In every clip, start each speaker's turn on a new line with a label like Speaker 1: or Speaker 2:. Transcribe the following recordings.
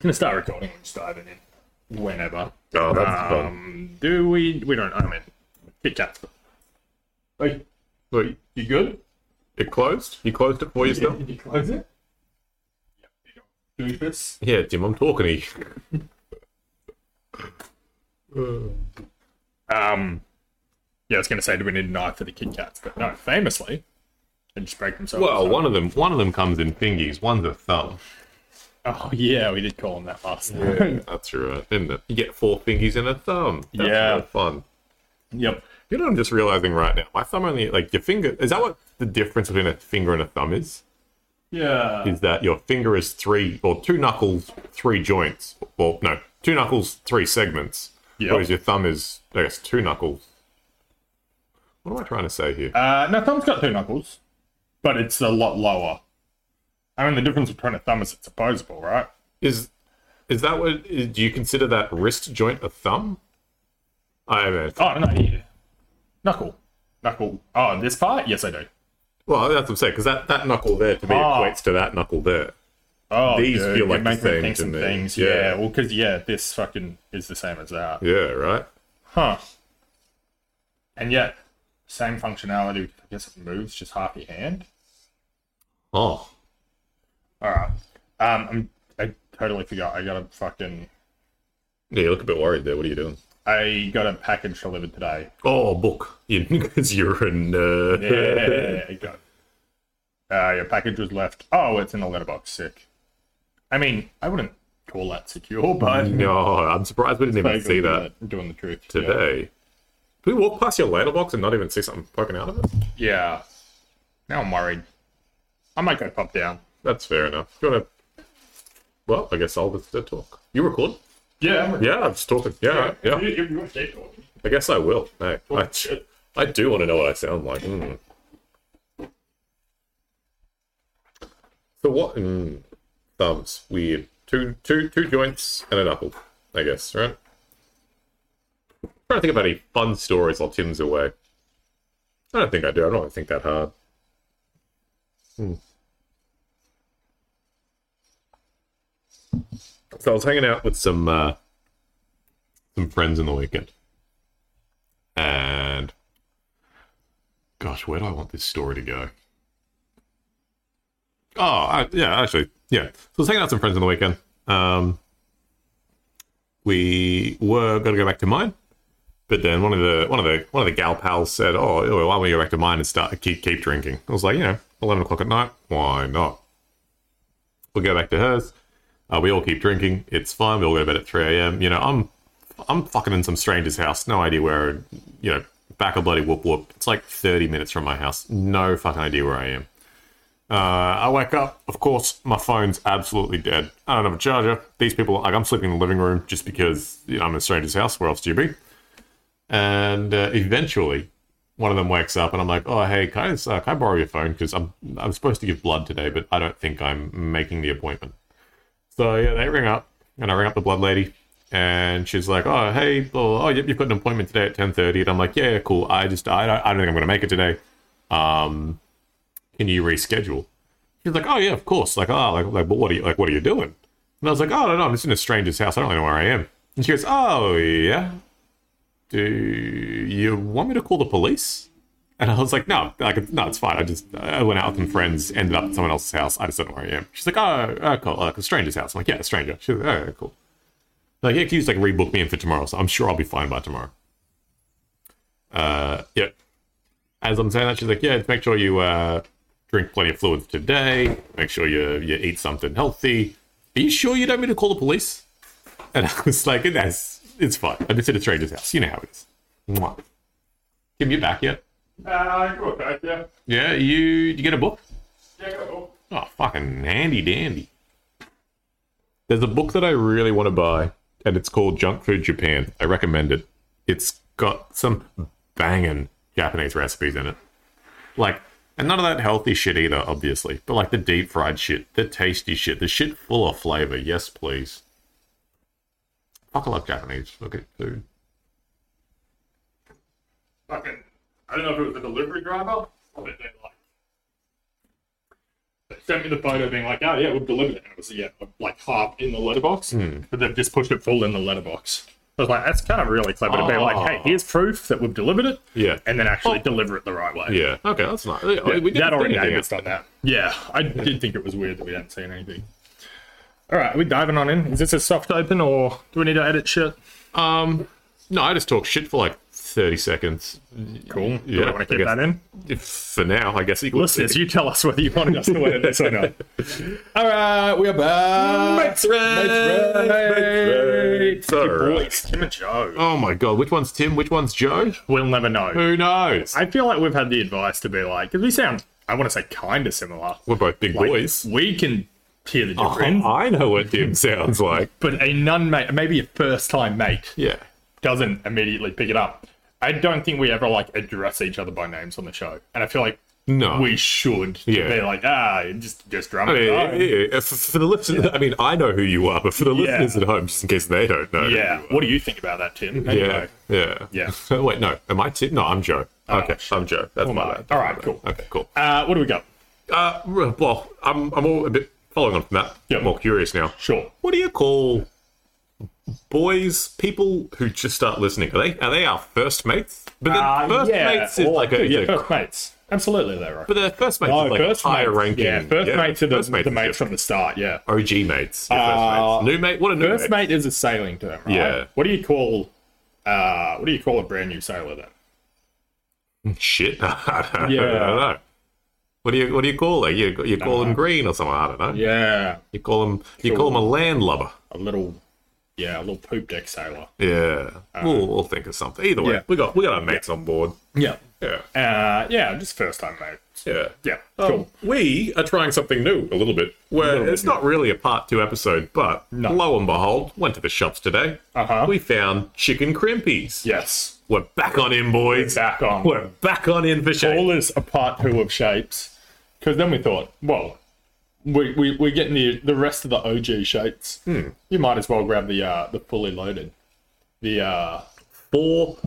Speaker 1: gonna start recording and just diving in whenever.
Speaker 2: Oh, that's fun.
Speaker 1: Um, do we? We don't. I mean, Kit Kats. Hey,
Speaker 2: Look,
Speaker 1: you good?
Speaker 2: it closed. You closed it for yourself.
Speaker 1: Did you close it? Doofus.
Speaker 2: Yeah, Jim, I'm talking to you.
Speaker 1: Um, yeah, I was gonna say, do we need a knife for the Kit Kats? But no, famously, they just break themselves.
Speaker 2: Well, one of them, one of them comes in fingies. One's a thumb.
Speaker 1: Oh yeah, we did call them that last time.
Speaker 2: that's uh, right, isn't it? You get four fingies and a thumb. That's
Speaker 1: Yeah.
Speaker 2: real fun.
Speaker 1: yep.
Speaker 2: You know, what I'm just realizing right now. My thumb only, like your finger. Is that what the difference between a finger and a thumb is?
Speaker 1: Yeah.
Speaker 2: Is that your finger is three or two knuckles, three joints? Well, no, two knuckles, three segments.
Speaker 1: Yep.
Speaker 2: Whereas your thumb is, I guess, two knuckles. What am I trying to say here?
Speaker 1: Uh, no, thumb's got two knuckles, but it's a lot lower. I mean, the difference between a thumb is it's opposable, right?
Speaker 2: Is is that what? Is, do you consider that wrist joint a thumb? I mean,
Speaker 1: Oh no, yeah. knuckle, knuckle. Oh, this part? Yes, I do.
Speaker 2: well, that's what I'm saying because that, that knuckle there to me
Speaker 1: Ah.
Speaker 2: equates to that knuckle there.
Speaker 1: Oh,
Speaker 2: These
Speaker 1: dude,
Speaker 2: feel
Speaker 1: you're
Speaker 2: like the
Speaker 1: making me
Speaker 2: same
Speaker 1: think
Speaker 2: to
Speaker 1: some
Speaker 2: me.
Speaker 1: things. Yeah,
Speaker 2: Yeah.
Speaker 1: well, because yeah, this fucking is the same as that,
Speaker 2: Yeah, right.
Speaker 1: huh? And yet, same functionality. I guess it moves just half your hand.
Speaker 2: Oh,
Speaker 1: All right. Um, I'm, I totally forgot. I got a fucking.
Speaker 2: yeah. You look a bit worried there. What are you doing?
Speaker 1: I got a package delivered today.
Speaker 2: Oh, book. Because you're a nerd.
Speaker 1: Yeah, I got. Uh, your package was left. Oh, it's in the letterbox. Sick. I mean, I wouldn't call that secure, but
Speaker 2: No, I'm surprised we didn't even see that
Speaker 1: Doing the truth Yeah.
Speaker 2: today. Did we walk past your letterbox and not even see something poking out of it?
Speaker 1: Yeah. Now I'm worried. I might go pop down.
Speaker 2: That's fair enough. Do you want to? Well, I guess I'll just uh, talk. You record?
Speaker 1: Yeah. I'm
Speaker 2: Yeah, I'm just talking. Yeah, yeah. yeah.
Speaker 1: You, you want to stay talking?
Speaker 2: I guess I will. Hey, I, I do want to know what I sound like. Mm. So what? Mm, thumbs. Weird. Two, two, two joints and a knuckle. I guess. Right. trying to think about any fun stories while Tim's away. I don't think I do. I don't think that hard. Hmm. So I was hanging out with some uh, some friends in the weekend and gosh, where do I want this story to go? Oh, I, yeah, actually, yeah. So I was hanging out with some friends on the weekend. Um, we were going to go back to mine, but then one of the one of the one of the gal pals said, "Oh, yeah, well, why don't we go back to mine and start keep keep drinking?" I was like, "You know, eleven o'clock at night, why not?" We'll go back to hers. Uh, we all keep drinking. It's fine. We all go to bed at three a.m. You know, I'm I'm fucking in some stranger's house, no idea where, you know, back a bloody whoop whoop. It's like 30 minutes from my house, no fucking idea where I am. Uh, I wake up, of course, my phone's absolutely dead. I don't have a charger. These people, like, I'm sleeping in the living room just because you know, I'm in a stranger's house. Where else do you be? And uh, eventually, one of them wakes up, and I'm like, "Oh, hey, can I, just, uh, can I borrow your phone? Because I'm I'm supposed to give blood today, but I don't think I'm making the appointment." So yeah, they ring up, and I ring up the blood lady, and she's like, "Oh, hey, blah, oh, yep, you've got an appointment today at ten 30 And I'm like, "Yeah, cool. I just, I don't, I don't think I'm gonna make it today. Um, can you reschedule?" She's like, "Oh yeah, of course." Like, oh, like, like, but what are you, like, what are you doing? And I was like, "Oh, no, no, I'm just in a stranger's house. I don't really know where I am." And she goes, "Oh yeah, do you want me to call the police?" And I was like, "No, like, no, it's fine. I just, I went out with some friends, ended up at someone else's house. I just don't know where I am." She's like, "Oh, oh cool, like a stranger's house." I'm like, "Yeah, a stranger." She's like, "Oh, cool." Like, yeah, can you just like rebook me in for tomorrow? So I'm sure I'll be fine by tomorrow. Uh, yeah. As I'm saying that, she's like, yeah, make sure you uh, drink plenty of fluids today. Make sure you you eat something healthy. Are you sure you don't mean to call the police? And I was like, that's it's fine. I just did a stranger's house. You know how it is. Mwah. Kim, you back yet?
Speaker 1: Uh, you're okay. Yeah.
Speaker 2: Yeah, you did you get a book?
Speaker 1: Yeah, go.
Speaker 2: Oh, fucking handy dandy. There's a book that I really want to buy, and it's called Junk Food Japan. I recommend it. It's got some banging Japanese recipes in it. Like, and none of that healthy shit either, obviously, but like the deep fried shit, the tasty shit, the shit full of flavor. Yes, please. Fuck, I love Japanese. Look at food.
Speaker 1: Fucking. I don't know if it was a delivery driver, but they like sent me the photo being like, oh, yeah, we've delivered it. And it was, yeah, like half in the letterbox, but they've just pushed it full in the letterbox. I was like, that's kind of really clever to be like, hey,
Speaker 2: Ah.
Speaker 1: here's proof that we've delivered it,
Speaker 2: Yeah.
Speaker 1: and then actually deliver it the right way.
Speaker 2: Yeah. Okay, that's nice. we didn't
Speaker 1: that already
Speaker 2: do anything
Speaker 1: David's done that. Yeah, I did think it was weird that we hadn't seen anything. All right, are we diving on in? Is this a soft open or do we need to edit shit?
Speaker 2: No, I just talked shit for like 30 seconds.
Speaker 1: Cool. Yeah, do
Speaker 2: Yeah,
Speaker 1: we want
Speaker 2: I
Speaker 1: to keep
Speaker 2: guess-
Speaker 1: that in?
Speaker 2: If, for now, I guess. equal-
Speaker 1: Listeners, you tell us whether you wanted us to edit this or not.
Speaker 2: All right, we are back.
Speaker 1: Mates right,
Speaker 2: Mates right.
Speaker 1: Your boys, Tim and Joe.
Speaker 2: Oh my god, which one's Tim? Which one's Joe?
Speaker 1: We'll never know.
Speaker 2: Who knows?
Speaker 1: I feel like we've had the advice to be like, because we sound, I want to say, kind of similar.
Speaker 2: We're both big
Speaker 1: Like,
Speaker 2: boys. Uh-huh.
Speaker 1: We can hear the difference,
Speaker 2: I know what Tim sounds like.
Speaker 1: but a non mate, maybe a first time mate,
Speaker 2: Yeah.
Speaker 1: doesn't immediately pick it up. I don't think we ever like address each other by names on the show, and I feel like
Speaker 2: No.
Speaker 1: we should.
Speaker 2: Yeah.
Speaker 1: Be like, ah, just just drum.
Speaker 2: I
Speaker 1: it
Speaker 2: mean,
Speaker 1: up."
Speaker 2: yeah, yeah, For, for the listeners, I mean, I know who you are, but for the listeners at home, just in case they don't know. who
Speaker 1: yeah.
Speaker 2: you are.
Speaker 1: What do you think about that, Tim?
Speaker 2: Yeah. Yeah. Oh,
Speaker 1: Yeah. Oh,
Speaker 2: Wait, no. Am I Tim? No, I'm Joe. okay,
Speaker 1: shit.
Speaker 2: I'm Joe. That's my
Speaker 1: no.
Speaker 2: bad.
Speaker 1: All right,
Speaker 2: That's my
Speaker 1: cool.
Speaker 2: bad. Okay, cool.
Speaker 1: Uh, what do we got?
Speaker 2: Uh, r- well, I'm I'm all a bit following on from that.
Speaker 1: Yeah.
Speaker 2: I'm more curious now.
Speaker 1: Sure.
Speaker 2: What do you call boys, people who just start listening? Are they are they our first mates? But then
Speaker 1: Uh,
Speaker 2: first
Speaker 1: yeah,
Speaker 2: mates is
Speaker 1: or-
Speaker 2: like a,
Speaker 1: yeah,
Speaker 2: is a-
Speaker 1: first mates. Absolutely, they're right.
Speaker 2: but the first mates is like higher
Speaker 1: mates,
Speaker 2: ranking.
Speaker 1: Yeah, first mates are the,
Speaker 2: first
Speaker 1: the
Speaker 2: is
Speaker 1: mates from the start. Yeah.
Speaker 2: your OG mates. your
Speaker 1: Uh,
Speaker 2: first mates. New mate. What a new
Speaker 1: First
Speaker 2: mate.
Speaker 1: mate is a sailing term, right?
Speaker 2: Yeah.
Speaker 1: What do you call? Uh, what do you call a brand new sailor then?
Speaker 2: Shit. I don't,
Speaker 1: Yeah.
Speaker 2: I don't know. What do you what do you call it? You you call them green or something? I don't know.
Speaker 1: Uh-huh. Yeah,
Speaker 2: You call them you call them a landlubber.
Speaker 1: a little. Yeah, a little poop deck sailor.
Speaker 2: Yeah. we'll, we'll think of something. Either way,
Speaker 1: Uh-huh. Yeah.
Speaker 2: we got we got our mates on board.
Speaker 1: Yeah.
Speaker 2: Yeah.
Speaker 1: Uh, yeah, just first time mate.
Speaker 2: Yeah.
Speaker 1: Yeah,
Speaker 2: Um,
Speaker 1: cool.
Speaker 2: We are trying something new a little bit, where
Speaker 1: bit,
Speaker 2: it's not really a part two episode, but lo and behold, went to the shops today.
Speaker 1: Uh-huh.
Speaker 2: We found chicken crimpies.
Speaker 1: Yes.
Speaker 2: We're back on in, boys.
Speaker 1: Back on.
Speaker 2: We're back on in for shape.
Speaker 1: all is a part two of shapes because then we thought well we, we, we're getting the, the rest of the og shapes you might as well grab the uh, the fully loaded the uh
Speaker 2: Four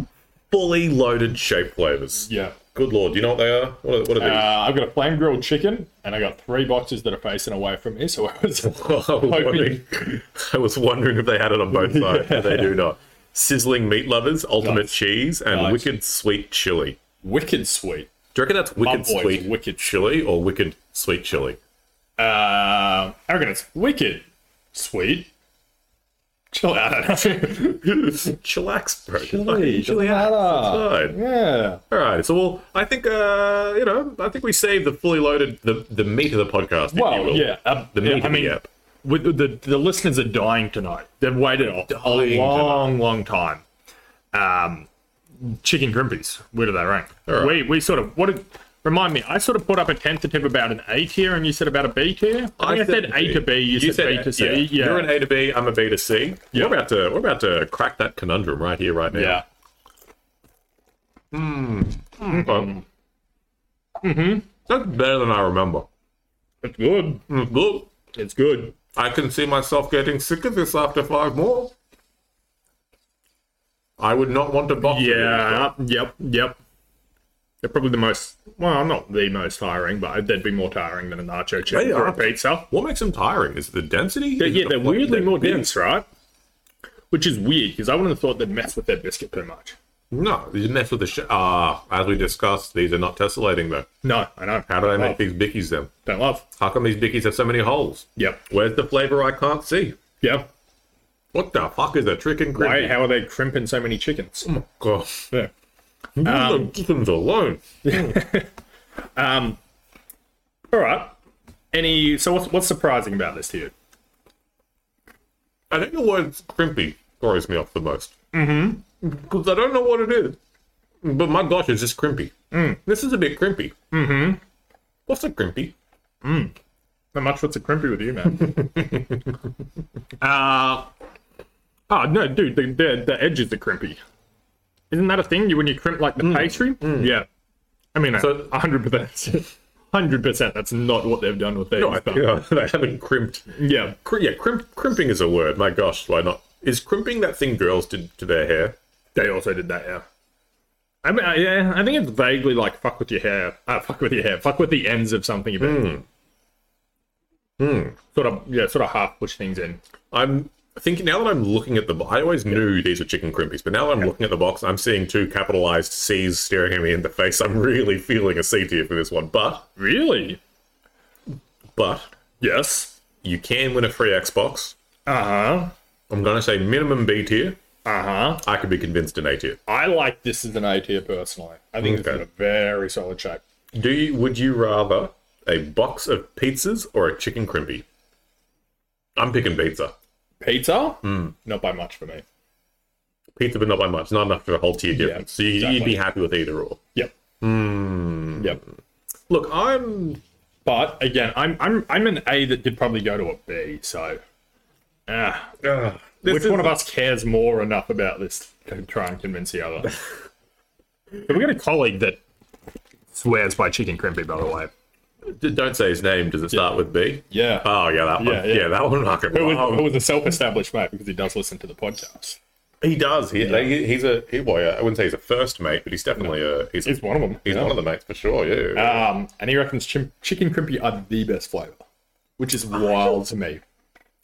Speaker 2: fully loaded shape flavors.
Speaker 1: yeah
Speaker 2: Good lord, do you know what they are? What are, what are
Speaker 1: uh,
Speaker 2: these?
Speaker 1: i've got a flame grilled chicken and i got three boxes that are facing away from me so i was
Speaker 2: I was,
Speaker 1: hoping-
Speaker 2: wondering, Oh, I was wondering if they had it on both sides. but They do not. Sizzling meat lovers, ultimate cheese, and
Speaker 1: Nice.
Speaker 2: wicked sweet chili.
Speaker 1: wicked sweet
Speaker 2: Do you reckon that's wicked
Speaker 1: boys,
Speaker 2: sweet
Speaker 1: wicked.
Speaker 2: chili or wicked sweet chili?
Speaker 1: uh i reckon it's wicked sweet chill out I don't know.
Speaker 2: Chillax, bro.
Speaker 1: Chili, chill out.
Speaker 2: Fine.
Speaker 1: yeah
Speaker 2: All right. So, well, I think uh, you know, I think we saved the fully loaded, the the meat of the podcast. if you
Speaker 1: Well,
Speaker 2: will.
Speaker 1: yeah, um,
Speaker 2: the
Speaker 1: yeah,
Speaker 2: meat
Speaker 1: I
Speaker 2: of
Speaker 1: mean,
Speaker 2: the app.
Speaker 1: with the, the listeners are dying tonight. They've waited a
Speaker 2: Dying
Speaker 1: long, long time. Um, chicken crimpies. Where do they rank?
Speaker 2: right.
Speaker 1: We we sort of what did remind me? I sort of put up a tentative about an A tier, and you said about a B tier. I, think I said A to B. You, said, B to C. Yeah, yeah.
Speaker 2: You're an A to B. I'm a B to C.
Speaker 1: Yeah.
Speaker 2: We're about to we're about to crack that conundrum right here, right now.
Speaker 1: yeah.
Speaker 2: Mm-hmm.
Speaker 1: Mm-hmm.
Speaker 2: That's better than I remember.
Speaker 1: It's good.
Speaker 2: Mm, Look,
Speaker 1: It's good.
Speaker 2: I can see myself getting sick of this after five more. I would not want to box.
Speaker 1: Yeah. Yep. Yep. They're probably the most well, not the most tiring, but they'd be more tiring than a nacho chip
Speaker 2: They
Speaker 1: or a
Speaker 2: are.
Speaker 1: pizza.
Speaker 2: What makes them tiring is it the density.
Speaker 1: But
Speaker 2: Is it
Speaker 1: yeah,
Speaker 2: the
Speaker 1: they're
Speaker 2: flavor?
Speaker 1: weirdly
Speaker 2: They're
Speaker 1: more
Speaker 2: big.
Speaker 1: dense, right? Which is weird because I wouldn't have thought they'd mess with their biscuit too much.
Speaker 2: No, you mess with the sh- ah. as we discussed, these are not tessellating though.
Speaker 1: No, I know.
Speaker 2: How do they make
Speaker 1: Love.
Speaker 2: these bickies then?
Speaker 1: Don't love.
Speaker 2: How come these bickies have so many holes?
Speaker 1: Yep.
Speaker 2: Where's the flavor I can't see?
Speaker 1: Yep.
Speaker 2: What the fuck is a trick and
Speaker 1: Why?
Speaker 2: cream?
Speaker 1: How are they crimping so many chickens?
Speaker 2: God,
Speaker 1: Yeah.
Speaker 2: leave
Speaker 1: Um,
Speaker 2: the chickens alone.
Speaker 1: All right. Any? So what's what's surprising about this to you?
Speaker 2: I think the word crimpy throws me off the most. Mm-hmm. Because I don't know what it is. But my gosh, is this crimpy?
Speaker 1: Mm.
Speaker 2: This is a bit crimpy. Mm-hmm. What's a crimpy?
Speaker 1: Not much. What's a crimpy with you, man? uh Oh no, dude. The, the the edges are crimpy. Isn't that a thing? You when you crimp like the pastry? Yeah. I mean,
Speaker 2: So-
Speaker 1: hundred percent. Hundred percent. That's not what they've done with these.
Speaker 2: I
Speaker 1: but-
Speaker 2: think I haven't crimped.
Speaker 1: yeah.
Speaker 2: Cr- yeah, crimp, crimping is a word. My gosh, why not? Is crimping that thing girls did to their hair?
Speaker 1: They also did that, yeah. I mean, I- Ah, yeah, I think it's vaguely like fuck with your hair, uh, fuck with your hair, fuck with the ends of something a bit. Sort of, yeah, sort of half push things in.
Speaker 2: I'm thinking now that I'm looking at the. bo- I always knew these were chicken crimpies, but now that I'm looking at the box, I'm seeing two capitalized C's staring at me in the face. I'm really feeling a C tier for this one, but
Speaker 1: Really?
Speaker 2: but
Speaker 1: Yes.
Speaker 2: you can win a free Xbox.
Speaker 1: Uh huh.
Speaker 2: I'm gonna say minimum B tier.
Speaker 1: Uh huh.
Speaker 2: I could be convinced an A tier.
Speaker 1: I like this as an A tier personally. I think
Speaker 2: Okay.
Speaker 1: it's in a very solid shape.
Speaker 2: Do you? Would you rather a box of pizzas or a chicken crimpy? I'm picking pizza.
Speaker 1: Pizza? Not by much for me.
Speaker 2: Pizza, but not by much. Not enough for a whole tier difference. so you, you'd
Speaker 1: exactly.
Speaker 2: be happy with either or.
Speaker 1: Yep. Yep.
Speaker 2: Look, I'm
Speaker 1: But again, I'm I'm I'm an A that did probably go to a B. So, ah,
Speaker 2: uh, this
Speaker 1: which
Speaker 2: is-
Speaker 1: one of us cares more enough about this to try and convince the other? but we got a colleague that swears by chicken crimpy, by the way.
Speaker 2: D- Don't say his name. Does it start with B?
Speaker 1: Yeah.
Speaker 2: Oh yeah, that one.
Speaker 1: Yeah,
Speaker 2: Yeah,
Speaker 1: yeah.
Speaker 2: that one. I could,
Speaker 1: who was,
Speaker 2: oh,
Speaker 1: who was a self-established mate because he does listen to the podcast.
Speaker 2: he does. He, he- he's a he, well, yeah, I wouldn't say he's a first mate, but he's definitely a he's,
Speaker 1: He's one of them.
Speaker 2: he's
Speaker 1: yeah.
Speaker 2: one of the mates for sure. Yeah.
Speaker 1: Um, and he reckons chim- chicken crimpy are the best flavor, which is wild to me.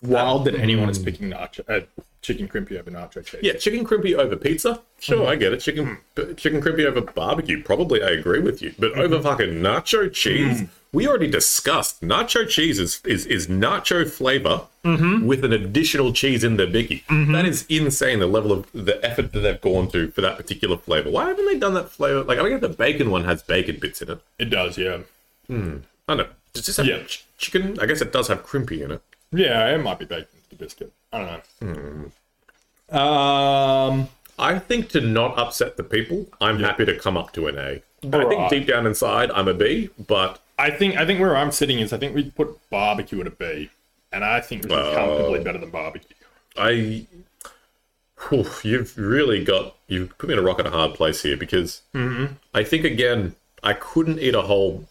Speaker 1: Wild that anyone is picking nacho, uh, chicken crimpy over nacho cheese.
Speaker 2: yeah, chicken crimpy over pizza. Sure, I get it. Chicken b- chicken crimpy over barbecue. Probably, I agree with you. But over fucking nacho cheese, we already discussed nacho cheese is is, is nacho flavor with an additional cheese in the biggie. That is insane. The level of the effort that they've gone to for that particular flavor. Why haven't they done that flavor? Like, I get the bacon one has bacon bits in it.
Speaker 1: It does, yeah.
Speaker 2: I don't know. Does this have
Speaker 1: Yeah.
Speaker 2: ch- chicken? I guess it does have crimpy in it.
Speaker 1: Yeah, it might be baked into the biscuit. I don't know. Um,
Speaker 2: I think to not upset the people, I'm happy to come up to an A. I
Speaker 1: Alright.
Speaker 2: think deep down inside, I'm a B, but
Speaker 1: I think I think where I'm sitting is I think we put barbecue at a B, and I think this is comfortably better than barbecue.
Speaker 2: I. Oof, you've really got. You've put me in a rock and a hard place here because
Speaker 1: Mm-hmm.
Speaker 2: I think, again, I couldn't eat a whole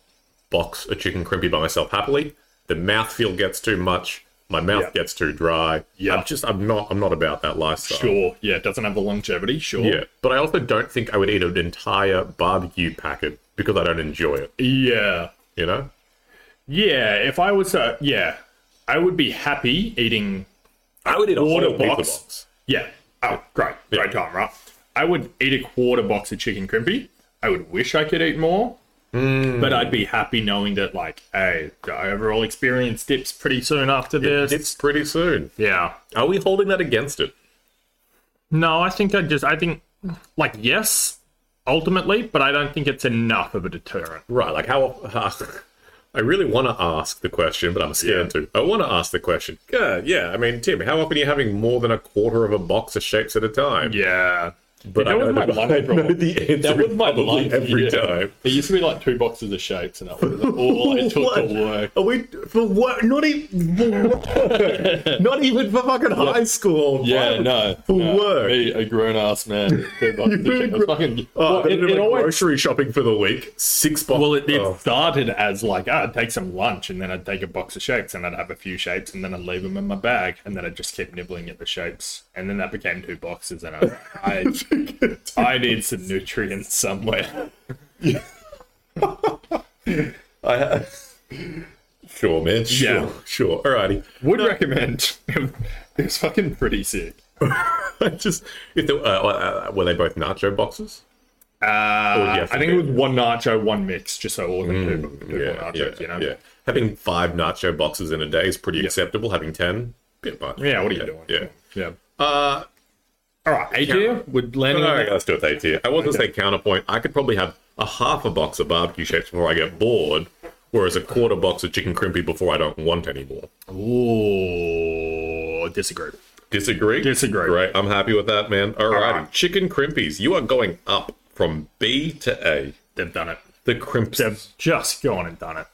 Speaker 2: box of chicken crimpy by myself happily. The mouthfeel gets too much. My mouth
Speaker 1: Yeah.
Speaker 2: gets too dry.
Speaker 1: Yeah.
Speaker 2: I'm just, I'm not, I'm not about that lifestyle.
Speaker 1: Sure, yeah, it doesn't have the longevity. Sure,
Speaker 2: Yeah, but I also don't think I would eat an entire barbecue packet because I don't enjoy it.
Speaker 1: yeah,
Speaker 2: You know,
Speaker 1: yeah. If I was to, yeah, I would be happy eating
Speaker 2: I would eat a
Speaker 1: Order
Speaker 2: whole pizza
Speaker 1: box. Yeah. Oh, great. Great time, right? I would eat a quarter box of chicken crimpy. I would wish I could eat more, but I'd be happy knowing that, like, hey, the overall experience dips pretty soon after this.
Speaker 2: It's pretty soon.
Speaker 1: yeah.
Speaker 2: Are we holding that against it?
Speaker 1: No, I think I just, I think, like, yes, ultimately, but I don't think it's enough of a deterrent.
Speaker 2: Right, like how? uh, I really want to ask the question, but I'm scared to. I want to ask the question. Yeah, yeah. I mean, Tim, how often are you having more than a quarter of a box of shapes at a time?
Speaker 1: Yeah.
Speaker 2: but
Speaker 1: that
Speaker 2: I
Speaker 1: was
Speaker 2: know,
Speaker 1: my
Speaker 2: the-
Speaker 1: lunch
Speaker 2: I know
Speaker 1: problem.
Speaker 2: the answer
Speaker 1: That was my
Speaker 2: probably
Speaker 1: lunch,
Speaker 2: every
Speaker 1: yeah.
Speaker 2: time.
Speaker 1: There used to be like two boxes of shapes, and that was all I took to work.
Speaker 2: Are we for work? Not even for work. not even for fucking high school.
Speaker 1: Yeah,
Speaker 2: Why-
Speaker 1: no.
Speaker 2: For
Speaker 1: no,
Speaker 2: work.
Speaker 1: Me, a grown ass man. Two boxes of
Speaker 2: You're a
Speaker 1: shit. I was
Speaker 2: gro-
Speaker 1: fucking-
Speaker 2: Oh,
Speaker 1: well,
Speaker 2: I'm gonna
Speaker 1: it,
Speaker 2: do
Speaker 1: it
Speaker 2: my
Speaker 1: always.
Speaker 2: grocery shopping for the week. Six boxes. Oh.
Speaker 1: Well, it, it started as like, ah, I'd take some lunch and then I'd take a box of shapes and I'd have a few shapes and then I'd leave them in my bag and then I'd just keep nibbling at the shapes. And then that became two boxes and I, I, I need some nutrients somewhere.
Speaker 2: I, sure, man. Sure,
Speaker 1: Yeah.
Speaker 2: sure. Alrighty.
Speaker 1: Would recommend. it was fucking pretty sick.
Speaker 2: I just if there, uh, uh, were they both nacho boxes?
Speaker 1: Uh,
Speaker 2: yes,
Speaker 1: I think it was one nacho, one mix, just so all of them two, two
Speaker 2: Mm, Yeah, yeah,
Speaker 1: nachos, you know?
Speaker 2: yeah. Having five nacho boxes in a day is pretty acceptable. Having ten, bit much.
Speaker 1: Yeah, what are you doing?
Speaker 2: Yeah.
Speaker 1: Yeah.
Speaker 2: Uh,
Speaker 1: All right, A tier would landing
Speaker 2: no,
Speaker 1: on
Speaker 2: yeah,
Speaker 1: that.
Speaker 2: let's do it A tier. I was going to say counterpoint. I could probably have a half a box of barbecue shapes before I get bored, whereas a quarter box of chicken crimpy before I don't want any more.
Speaker 1: Ooh, disagree.
Speaker 2: Disagree?
Speaker 1: Disagree.
Speaker 2: Great. I'm happy with that, man. Alrighty.
Speaker 1: Alright.
Speaker 2: Chicken crimpies. You are going up from B to A.
Speaker 1: They've done it.
Speaker 2: The crimps.
Speaker 1: They've just gone and done it.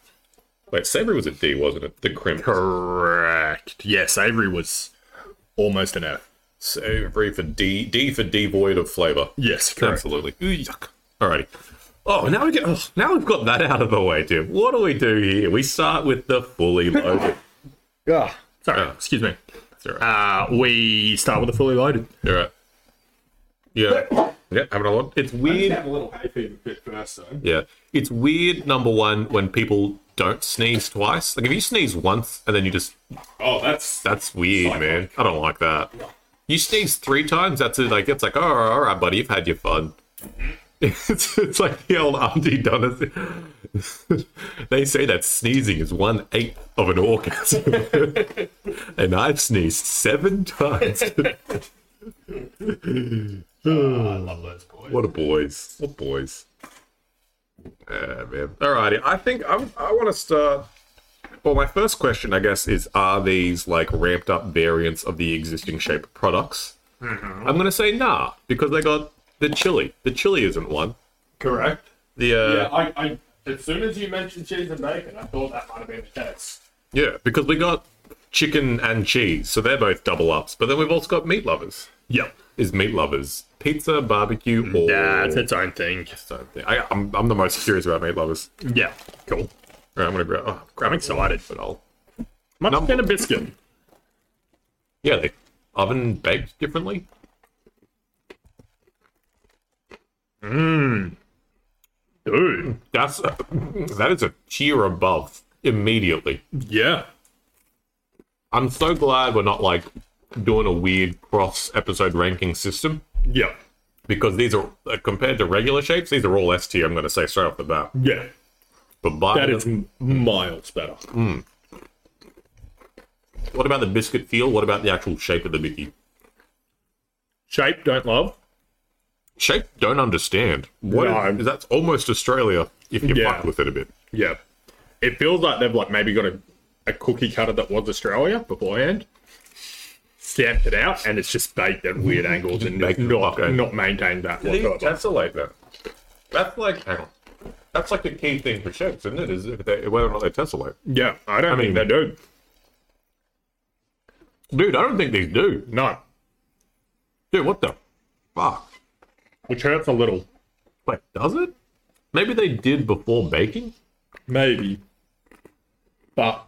Speaker 2: Wait, savory was a D, wasn't it? The crimps.
Speaker 1: Correct. Yes, Avery was almost an F.
Speaker 2: Savory for D. D for devoid of flavor.
Speaker 1: Yes, correct.
Speaker 2: Absolutely. Ooh, yuck. Alrighty. Oh, now we get. Oh, now we've got that out of the way, Tim. What do we do here? We start with the fully loaded.
Speaker 1: Yeah. Sorry, excuse me.
Speaker 2: That's all right.
Speaker 1: Uh, we start with a fully loaded.
Speaker 2: You're right. Yeah. Yeah, having a lot. It's weird.
Speaker 1: a little hay fever bit first, though.
Speaker 2: Yeah. It's weird, number one, when people don't sneeze twice. Like if you sneeze once and then you just
Speaker 1: Oh, that's
Speaker 2: that's weird,
Speaker 1: Psycho.
Speaker 2: man. I don't like that. You sneeze three times, that's it. Like it's like, oh, all right, buddy, you've had your fun. It's, it's like the old auntie done it. they say that sneezing is one eighth of an orgasm, and I've sneezed seven times.
Speaker 1: I love those boys.
Speaker 2: What a boys. What boys. Yeah, man. Alrighty. I think I, I want to start. Well, my first question, I guess, is are these like ramped up variants of the existing shape products?
Speaker 1: Mm-hmm.
Speaker 2: I'm going to say nah, because they got the chili. The chili isn't one.
Speaker 1: Correct.
Speaker 2: The uh,
Speaker 1: Yeah, I, I as soon as you mentioned cheese and bacon, I thought that might have been the case.
Speaker 2: Yeah, because we got chicken and cheese, so they're both double ups. But then we've also got meat lovers.
Speaker 1: Yep.
Speaker 2: Is meat lovers pizza, barbecue, or
Speaker 1: Yeah, it's its own thing.
Speaker 2: I, I'm, I'm the most curious about meat lovers.
Speaker 1: Yeah, cool.
Speaker 2: All right, I'm gonna grab. Oh,
Speaker 1: I'm excited.
Speaker 2: but I'll.
Speaker 1: Much
Speaker 2: Number-
Speaker 1: Number- a biscuit.
Speaker 2: Yeah, they oven baked differently.
Speaker 1: Dude.
Speaker 2: That's that is a tier above immediately.
Speaker 1: Yeah.
Speaker 2: I'm so glad we're not like doing a weird cross episode ranking system
Speaker 1: Yep.
Speaker 2: because these are uh, compared to regular shapes. These are all S tier. I'm gonna say straight off the bat.
Speaker 1: Yeah.
Speaker 2: But by
Speaker 1: That is m- miles better.
Speaker 2: what about the biscuit feel? What about the actual shape of the bicky?
Speaker 1: Shape, don't love.
Speaker 2: Shape don't understand. What is
Speaker 1: No.
Speaker 2: that's almost Australia if you
Speaker 1: Yeah.
Speaker 2: fuck with it a bit.
Speaker 1: Yeah. It feels like they've like maybe got a, a cookie cutter that was Australia beforehand, stamped it out, and it's just baked at weird angles and
Speaker 2: Baked eh?
Speaker 1: not,
Speaker 2: okay.
Speaker 1: not maintained that whatsoever.
Speaker 2: That's a like that. That's like hang on. That's like the key thing for shapes, isn't it? Is if they, whether or not they tessellate.
Speaker 1: Yeah, I don't
Speaker 2: mean-
Speaker 1: think they do.
Speaker 2: Dude, I don't think these do.
Speaker 1: No.
Speaker 2: Dude, what the fuck?
Speaker 1: Which hurts a little.
Speaker 2: Wait, does it? Maybe they did before baking.
Speaker 1: Maybe. But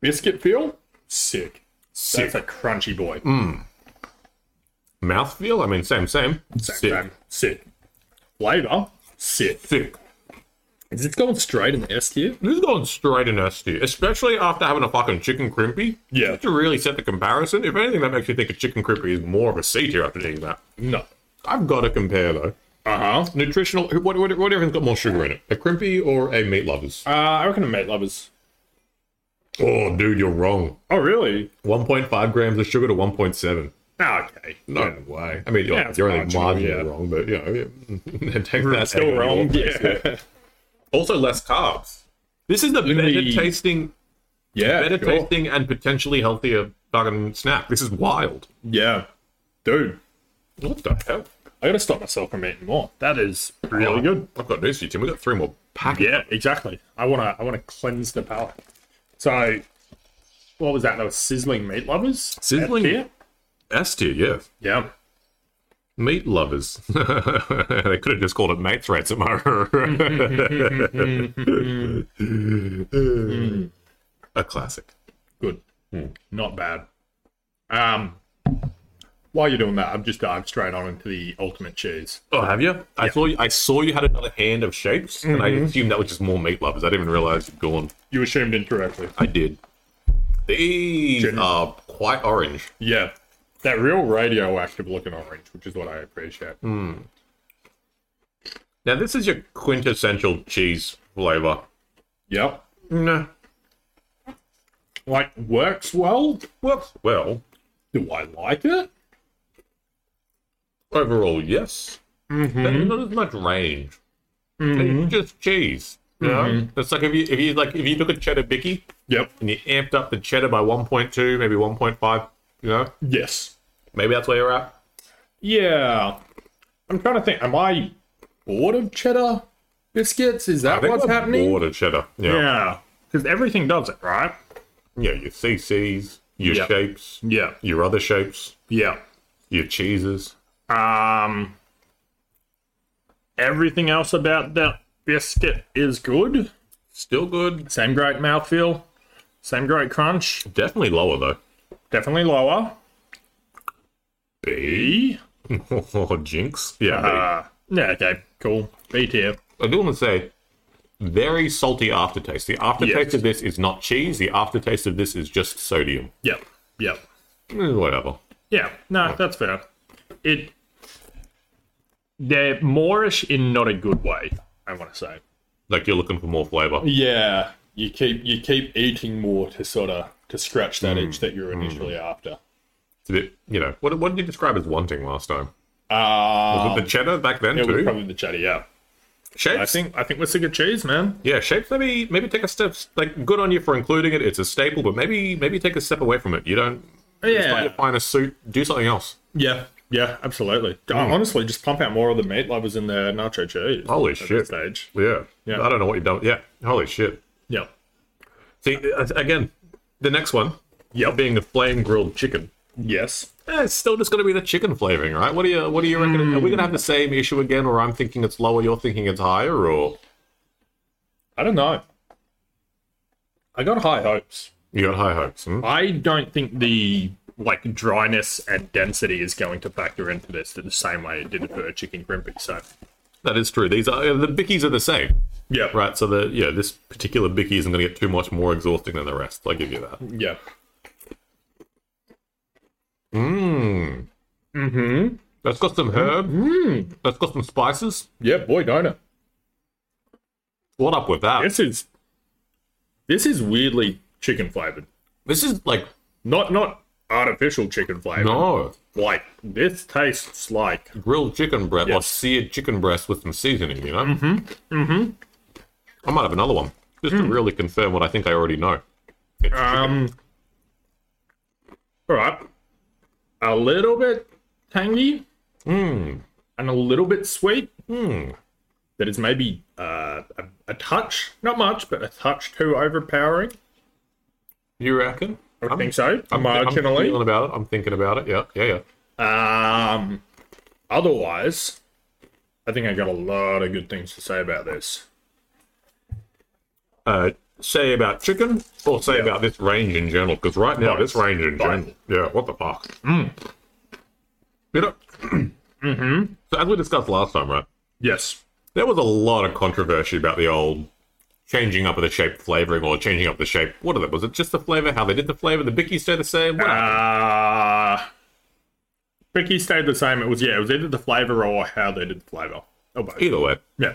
Speaker 1: biscuit feel? Sick.
Speaker 2: Sick. Mm,
Speaker 1: That's a crunchy boy.
Speaker 2: Mouthfeel? I mean, same, same.
Speaker 1: Sick.
Speaker 2: Sick.
Speaker 1: Sick. Flavor? Sick.
Speaker 2: Sick.
Speaker 1: Is it going straight in the S tier?
Speaker 2: This is going straight in S tier, especially after having a fucking chicken crimpy.
Speaker 1: Yeah.
Speaker 2: Just to really set the comparison, if anything, that makes me think a chicken crimpy is more of a C tier after eating that.
Speaker 1: No.
Speaker 2: I've got to compare though.
Speaker 1: Uh-huh.
Speaker 2: Nutritional. What? What? What? Everything's got more sugar in it. A crimpy or a meat lovers?
Speaker 1: Uh, I reckon a mate lovers.
Speaker 2: Oh, dude, you're wrong.
Speaker 1: Oh, really?
Speaker 2: 1.5 grams of sugar to 1.7.
Speaker 1: Ah, okay.
Speaker 2: No way. I mean, you're,
Speaker 1: Yeah, it's
Speaker 2: you're only
Speaker 1: marginal,
Speaker 2: marginally
Speaker 1: yeah.
Speaker 2: wrong, but you know, yeah. take that.
Speaker 1: Still
Speaker 2: take it
Speaker 1: wrong.
Speaker 2: all.
Speaker 1: Yeah.
Speaker 2: Also, less carbs. This is the
Speaker 1: In
Speaker 2: better
Speaker 1: the-
Speaker 2: tasting,
Speaker 1: Yeah.
Speaker 2: better
Speaker 1: sure.
Speaker 2: tasting, and potentially healthier fucking snack. This is wild.
Speaker 1: Yeah. Dude,
Speaker 2: What the hell?
Speaker 1: I gotta stop myself from eating more. That is really
Speaker 2: Oh,
Speaker 1: good.
Speaker 2: I've got news for you, Tim. We got three more packets.
Speaker 1: Yeah, exactly. I wanna I wanna cleanse the palate. So what was that? That was sizzling meat lovers?
Speaker 2: Sizzling-
Speaker 1: F tier?
Speaker 2: S tier, yeah.
Speaker 1: Yeah.
Speaker 2: Meat lovers. they could have just called it mate threats. Am I right? A classic.
Speaker 1: Good. Not bad. Um while you're doing that, I've just dived straight on into the ultimate cheese.
Speaker 2: Oh, have you? I saw you, I saw you had another hand of shapes, and
Speaker 1: Mm-hmm.
Speaker 2: I assumed that was just more meat lovers. I didn't even realize you'd gone.
Speaker 1: You assumed incorrectly.
Speaker 2: I did. These
Speaker 1: Gen-
Speaker 2: are quite orange.
Speaker 1: Yeah. That real radioactive looking orange, which is what I appreciate.
Speaker 2: Now this is your quintessential cheese flavor.
Speaker 1: Yep.
Speaker 2: Nah.
Speaker 1: Like works well.
Speaker 2: Well, well,
Speaker 1: Do I like it?
Speaker 2: overall, yes.
Speaker 1: Mm-hmm.
Speaker 2: There's not as much range. It's just cheese. You know?
Speaker 1: Mm-hmm.
Speaker 2: It's like if you if you like if you took a cheddar bicky
Speaker 1: Yep.
Speaker 2: and you amped up the cheddar by 1.2, maybe 1.5. You know,
Speaker 1: Yes.
Speaker 2: maybe that's where you're at.
Speaker 1: Yeah. I'm trying to think. Am I bored of cheddar biscuits? Is that what's
Speaker 2: we're
Speaker 1: happening?
Speaker 2: Bored of cheddar.
Speaker 1: Yeah. Because everything does it, right?
Speaker 2: Yeah, your CCs, your
Speaker 1: Yep.
Speaker 2: shapes,
Speaker 1: Yeah.
Speaker 2: your other shapes,
Speaker 1: Yeah.
Speaker 2: your cheeses.
Speaker 1: Um. Everything else about that biscuit is good.
Speaker 2: Still good.
Speaker 1: Same great mouthfeel. Same great crunch.
Speaker 2: Definitely lower though.
Speaker 1: Definitely lower.
Speaker 2: B.
Speaker 1: B.
Speaker 2: Oh, jinx. Yeah.
Speaker 1: Uh, yeah. Okay. Cool. B tier.
Speaker 2: B. I do want to say very salty aftertaste. The aftertaste
Speaker 1: Yes.
Speaker 2: of this is not cheese. The aftertaste of this is just sodium.
Speaker 1: Yep. Yep.
Speaker 2: Eh, whatever.
Speaker 1: Yeah. No, that's fair. It. They're Moorish in not a good way. I want to say.
Speaker 2: Like you're looking for more flavor.
Speaker 1: Yeah, you keep you keep eating more to sort of to scratch that itch that you're initially after.
Speaker 2: It's a bit, you know, what, what did you describe as wanting last time?
Speaker 1: Uh,
Speaker 2: Was it the cheddar back then
Speaker 1: it was
Speaker 2: too?
Speaker 1: probably the cheddar. Yeah,
Speaker 2: shapes.
Speaker 1: I think I think we're sick of cheese, man.
Speaker 2: yeah, shapes. Maybe maybe take a step. Like good on you for including it. It's a staple, but maybe maybe take a step away from it. You don't. Just find
Speaker 1: Yeah,
Speaker 2: a finer suit. Do something else.
Speaker 1: yeah, yeah, absolutely. Uh, Honestly, just pump out more of the meat lovers in the nacho cheese.
Speaker 2: Hmm. Holy
Speaker 1: at
Speaker 2: shit.
Speaker 1: This stage.
Speaker 2: Yeah.
Speaker 1: Yeah.
Speaker 2: I don't know what you've done. Yeah. Holy shit.
Speaker 1: Yeah.
Speaker 2: See uh, again, the next one. Yeah, being the flame grilled chicken.
Speaker 1: Yes.
Speaker 2: Eh, it's still just going to be the chicken flavoring, right? What do you What do you reckon? Are we going to have the same issue again, or I'm thinking it's lower, you're thinking it's higher, or
Speaker 1: I don't know. I got high hopes.
Speaker 2: you got high hopes? Hmm?
Speaker 1: I don't think the like dryness and density is going to factor into this the same way it did for chicken crimpy. So
Speaker 2: That is true. These are uh, the bickies are the same,
Speaker 1: yeah,
Speaker 2: right? So the yeah, this particular bicky isn't going to get too much more exhausting than the rest. I give you that.
Speaker 1: Yeah.
Speaker 2: Mmm.
Speaker 1: Mm-hmm.
Speaker 2: That's got some herb.
Speaker 1: Mm.
Speaker 2: That's got some spices.
Speaker 1: Yeah, boy, don't it?
Speaker 2: What up with that?
Speaker 1: This is this is weirdly chicken flavored.
Speaker 2: This is like
Speaker 1: Not not artificial chicken flavored.
Speaker 2: no
Speaker 1: Like this tastes like
Speaker 2: grilled chicken breast or
Speaker 1: Yes.
Speaker 2: seared chicken breast with some seasoning. You know. Mm-hmm. Mm-hmm. I might have another one just
Speaker 1: Mm.
Speaker 2: to really confirm what I think I already know. It's
Speaker 1: um. All right, a little bit tangy
Speaker 2: Mm,
Speaker 1: and a little bit sweet.
Speaker 2: mm.
Speaker 1: That is maybe uh, a, a touch, not much, but a touch too overpowering.
Speaker 2: You reckon?
Speaker 1: I would
Speaker 2: I'm-
Speaker 1: think so,
Speaker 2: I'm, I'm
Speaker 1: marginally.
Speaker 2: feeling about it. I'm thinking about it. Yeah, yeah, yeah.
Speaker 1: Um, otherwise, I think I got a lot of good things to say about this.
Speaker 2: Uh, say about chicken, or say about this range in general, because right now this
Speaker 1: Both.
Speaker 2: range in
Speaker 1: Both. Mm.
Speaker 2: general, yeah, what the fuck? You know. mm-hmm. So as we discussed last time, right?
Speaker 1: Yes.
Speaker 2: There was a lot of controversy about the old changing up of the shape flavoring or changing up the shape. What are they? Was it just the flavor? How they did the flavor? The bicky stay the same? What happened?
Speaker 1: Uh, Vicky stayed the same. It was yeah, it was either the flavor or how they did the flavor. Oh, both.
Speaker 2: Either way,
Speaker 1: Yeah.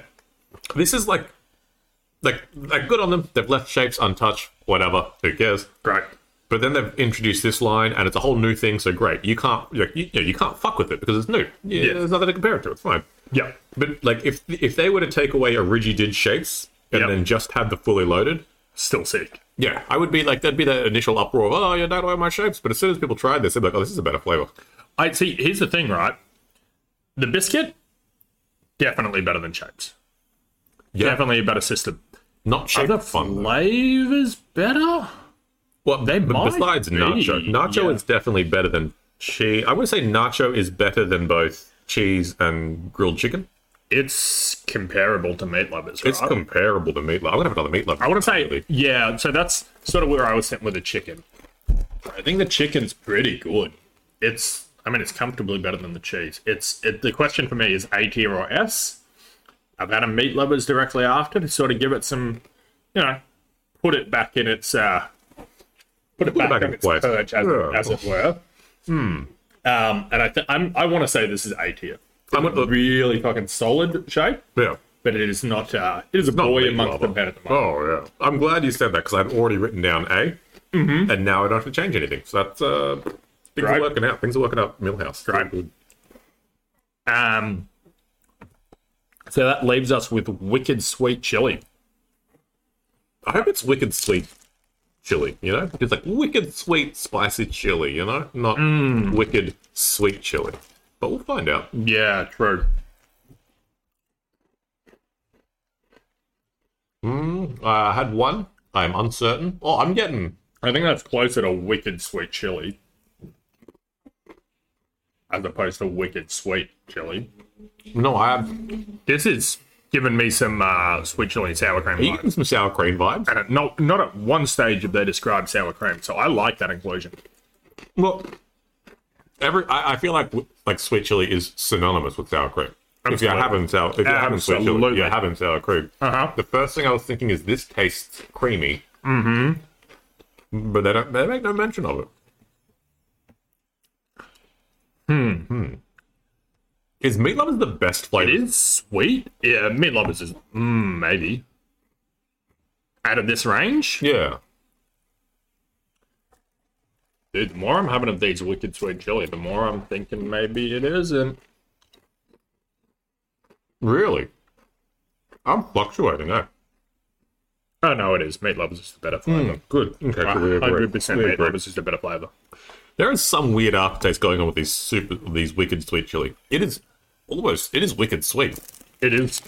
Speaker 2: this is like, like, like good on them. They've left shapes untouched. Whatever. Who cares?
Speaker 1: Great.
Speaker 2: But then they've introduced this line, and it's a whole new thing. So great, you can't you, you, you, know, you can't fuck with it because it's new. Yeah,
Speaker 1: Yeah.
Speaker 2: there's nothing to compare it to. It's fine.
Speaker 1: Yeah.
Speaker 2: But like, if if they were to take away Origi did shapes and
Speaker 1: Yep.
Speaker 2: then just have the fully loaded,
Speaker 1: Still sick.
Speaker 2: yeah, I would be like, that'd be the initial uproar of oh, you're not away my shapes. But as soon as people tried this, they'd be like, oh, this is a better flavor.
Speaker 1: I see. Here's the thing, right? The biscuit definitely better than shapes.
Speaker 2: Yeah.
Speaker 1: Definitely a better system.
Speaker 2: Not shape
Speaker 1: Other
Speaker 2: fun. though.
Speaker 1: flavors better.
Speaker 2: Well,
Speaker 1: They
Speaker 2: b-
Speaker 1: might
Speaker 2: besides
Speaker 1: be,
Speaker 2: nacho, nacho
Speaker 1: yeah.
Speaker 2: is definitely better than cheese. I would say nacho is better than both cheese and grilled chicken.
Speaker 1: It's comparable to meat lovers. Right?
Speaker 2: It's comparable to meatloaf. I'm gonna have another meatloaf.
Speaker 1: I want to say, yeah. So that's sort of where I was sitting with the chicken. I think the chicken's pretty good. It's, I mean, it's comfortably better than the cheese. It's it, the question for me is A tier or S. I've had a meat lovers directly after to sort of give it some, you know, put it back in its, uh, put it back,
Speaker 2: back
Speaker 1: in,
Speaker 2: in
Speaker 1: its
Speaker 2: place.
Speaker 1: perch, as,
Speaker 2: Yeah.
Speaker 1: as it were. Hmm. Um, and I th- I'm, I want to say this is A tier.
Speaker 2: I'm
Speaker 1: I'm a
Speaker 2: gonna-
Speaker 1: really fucking solid shape,
Speaker 2: yeah.
Speaker 1: but it is not. Uh, it is a boy
Speaker 2: meat
Speaker 1: amongst
Speaker 2: lover.
Speaker 1: the men at the moment.
Speaker 2: Oh yeah, I'm glad you said that because I'd already written down A, mm-hmm. and now I don't have to change anything. So that's uh, things are
Speaker 1: Great.
Speaker 2: working out. Things are working out. Millhouse.
Speaker 1: Great.
Speaker 2: Good.
Speaker 1: Um, so that leaves us with wicked sweet chili.
Speaker 2: I hope it's wicked sweet chili. You know, it's like wicked sweet spicy chili. You know, not wicked sweet chili. But we'll find out.
Speaker 1: Yeah, true.
Speaker 2: Uh, I had one. I'm uncertain. Oh, I'm getting.
Speaker 1: I think that's closer to wicked sweet chili as opposed to wicked sweet chili.
Speaker 2: No, I have. Are
Speaker 1: This is giving me some uh, sweet chili and sour cream.
Speaker 2: you
Speaker 1: vibes.
Speaker 2: getting some sour cream vibes?
Speaker 1: And at not not at one stage have they described sour cream, so I like that inclusion.
Speaker 2: Well, every I, I feel like like sweet chili is synonymous with sour cream. if you haven't sour, if you haven't sweet chili,
Speaker 1: Absolutely.
Speaker 2: you haven't sour cream.
Speaker 1: Uh-huh.
Speaker 2: The first thing I was thinking is this tastes creamy. Mm-hmm. But they don't. They make no mention of it. Hmm.
Speaker 1: Hmm.
Speaker 2: Hmm. Is meat lovers the best flavor?
Speaker 1: It is sweet. Yeah, meat lovers is mm, maybe. Out of this range,
Speaker 2: Yeah.
Speaker 1: dude. The more I'm having of these wicked sweet chili, the more I'm thinking maybe it isn't.
Speaker 2: Really. I'm fluctuating. Eh?
Speaker 1: Oh no, it is. Meat lovers is the better
Speaker 2: Hmm,
Speaker 1: flavor. Good.
Speaker 2: Okay,
Speaker 1: Uh,
Speaker 2: cool, we agree.
Speaker 1: 100%
Speaker 2: We
Speaker 1: meat
Speaker 2: agree.
Speaker 1: lovers is the better flavor.
Speaker 2: There is some weird aftertaste going on with these super, these wicked sweet chili. It is almost, it is wicked sweet.
Speaker 1: It is.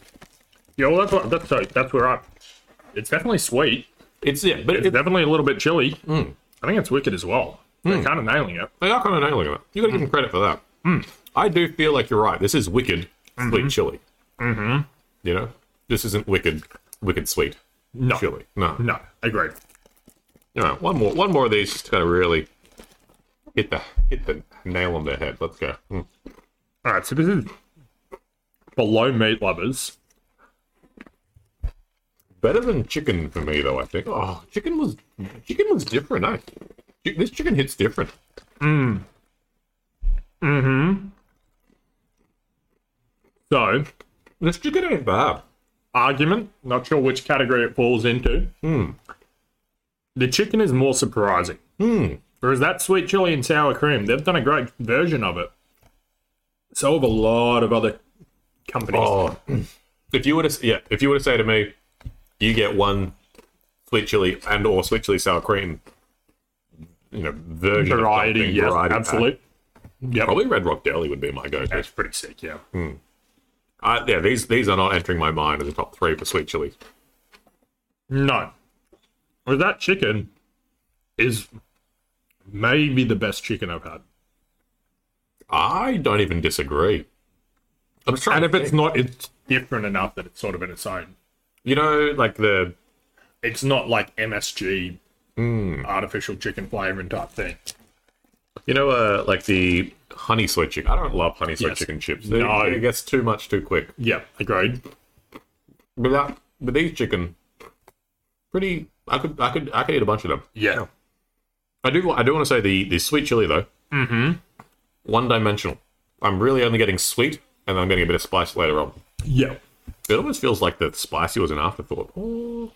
Speaker 1: Yeah, well, that's what, that's so that's where I. It's definitely sweet.
Speaker 2: It's yeah, but
Speaker 1: It's
Speaker 2: it, Hmm.
Speaker 1: definitely a little bit chilly. I think it's wicked as well. They're kind of nailing it.
Speaker 2: they are kind of nailing it. You got to give them credit for that. I do feel like you're right. This is wicked sweet chili. Mm-hmm. You know, this isn't wicked, wicked sweet
Speaker 1: No,
Speaker 2: chili. No.
Speaker 1: no, agreed.
Speaker 2: All right, one more, one more of these just got to really hit the hit the nail on their head. Let's go. Mm.
Speaker 1: All right, so this is below meat lovers.
Speaker 2: Better than chicken for me though. I think. Oh, chicken was chicken was different. Eh? Chi- This chicken hits different.
Speaker 1: So,
Speaker 2: This chicken ain't bad.
Speaker 1: argument. Not sure which category it falls into.
Speaker 2: Hmm.
Speaker 1: The chicken is more surprising.
Speaker 2: Hmm.
Speaker 1: Whereas that sweet chili and sour cream, they've done a great version of it. So have a lot of other companies.
Speaker 2: Oh, if you were to yeah, if you were to say to me, you get one sweet chili and or sweet chili sour cream, you know, version of
Speaker 1: variety,
Speaker 2: something,
Speaker 1: yes,
Speaker 2: variety pack,
Speaker 1: absolute. Yep.
Speaker 2: Probably Red Rock Deli would be my go-to.
Speaker 1: That's pretty sick, yeah.
Speaker 2: Uh, yeah, these these are not entering my mind as the top three for sweet chili.
Speaker 1: No. Well, that chicken is maybe the best chicken I've had.
Speaker 2: I don't even disagree. I'm trying.
Speaker 1: And if it's not, it's different enough that it's sort of in its own.
Speaker 2: you know, like the
Speaker 1: It's not like MSG
Speaker 2: Hmm.
Speaker 1: artificial chicken flavoring type thing.
Speaker 2: you know, uh, like the honey sweet chicken. I don't love honey sweet
Speaker 1: Yes.
Speaker 2: chicken chips.
Speaker 1: No.
Speaker 2: It, it gets too much too quick.
Speaker 1: Yeah, agreed.
Speaker 2: But that, but these chicken, pretty. I could, I could, I could eat a bunch of them.
Speaker 1: Yeah.
Speaker 2: I do, I do want to say the the sweet chili though. Mm-hmm. One dimensional. I'm really only getting sweet, and then I'm getting a bit of spice later on.
Speaker 1: Yeah.
Speaker 2: It almost feels like the spicy was an afterthought. Oh,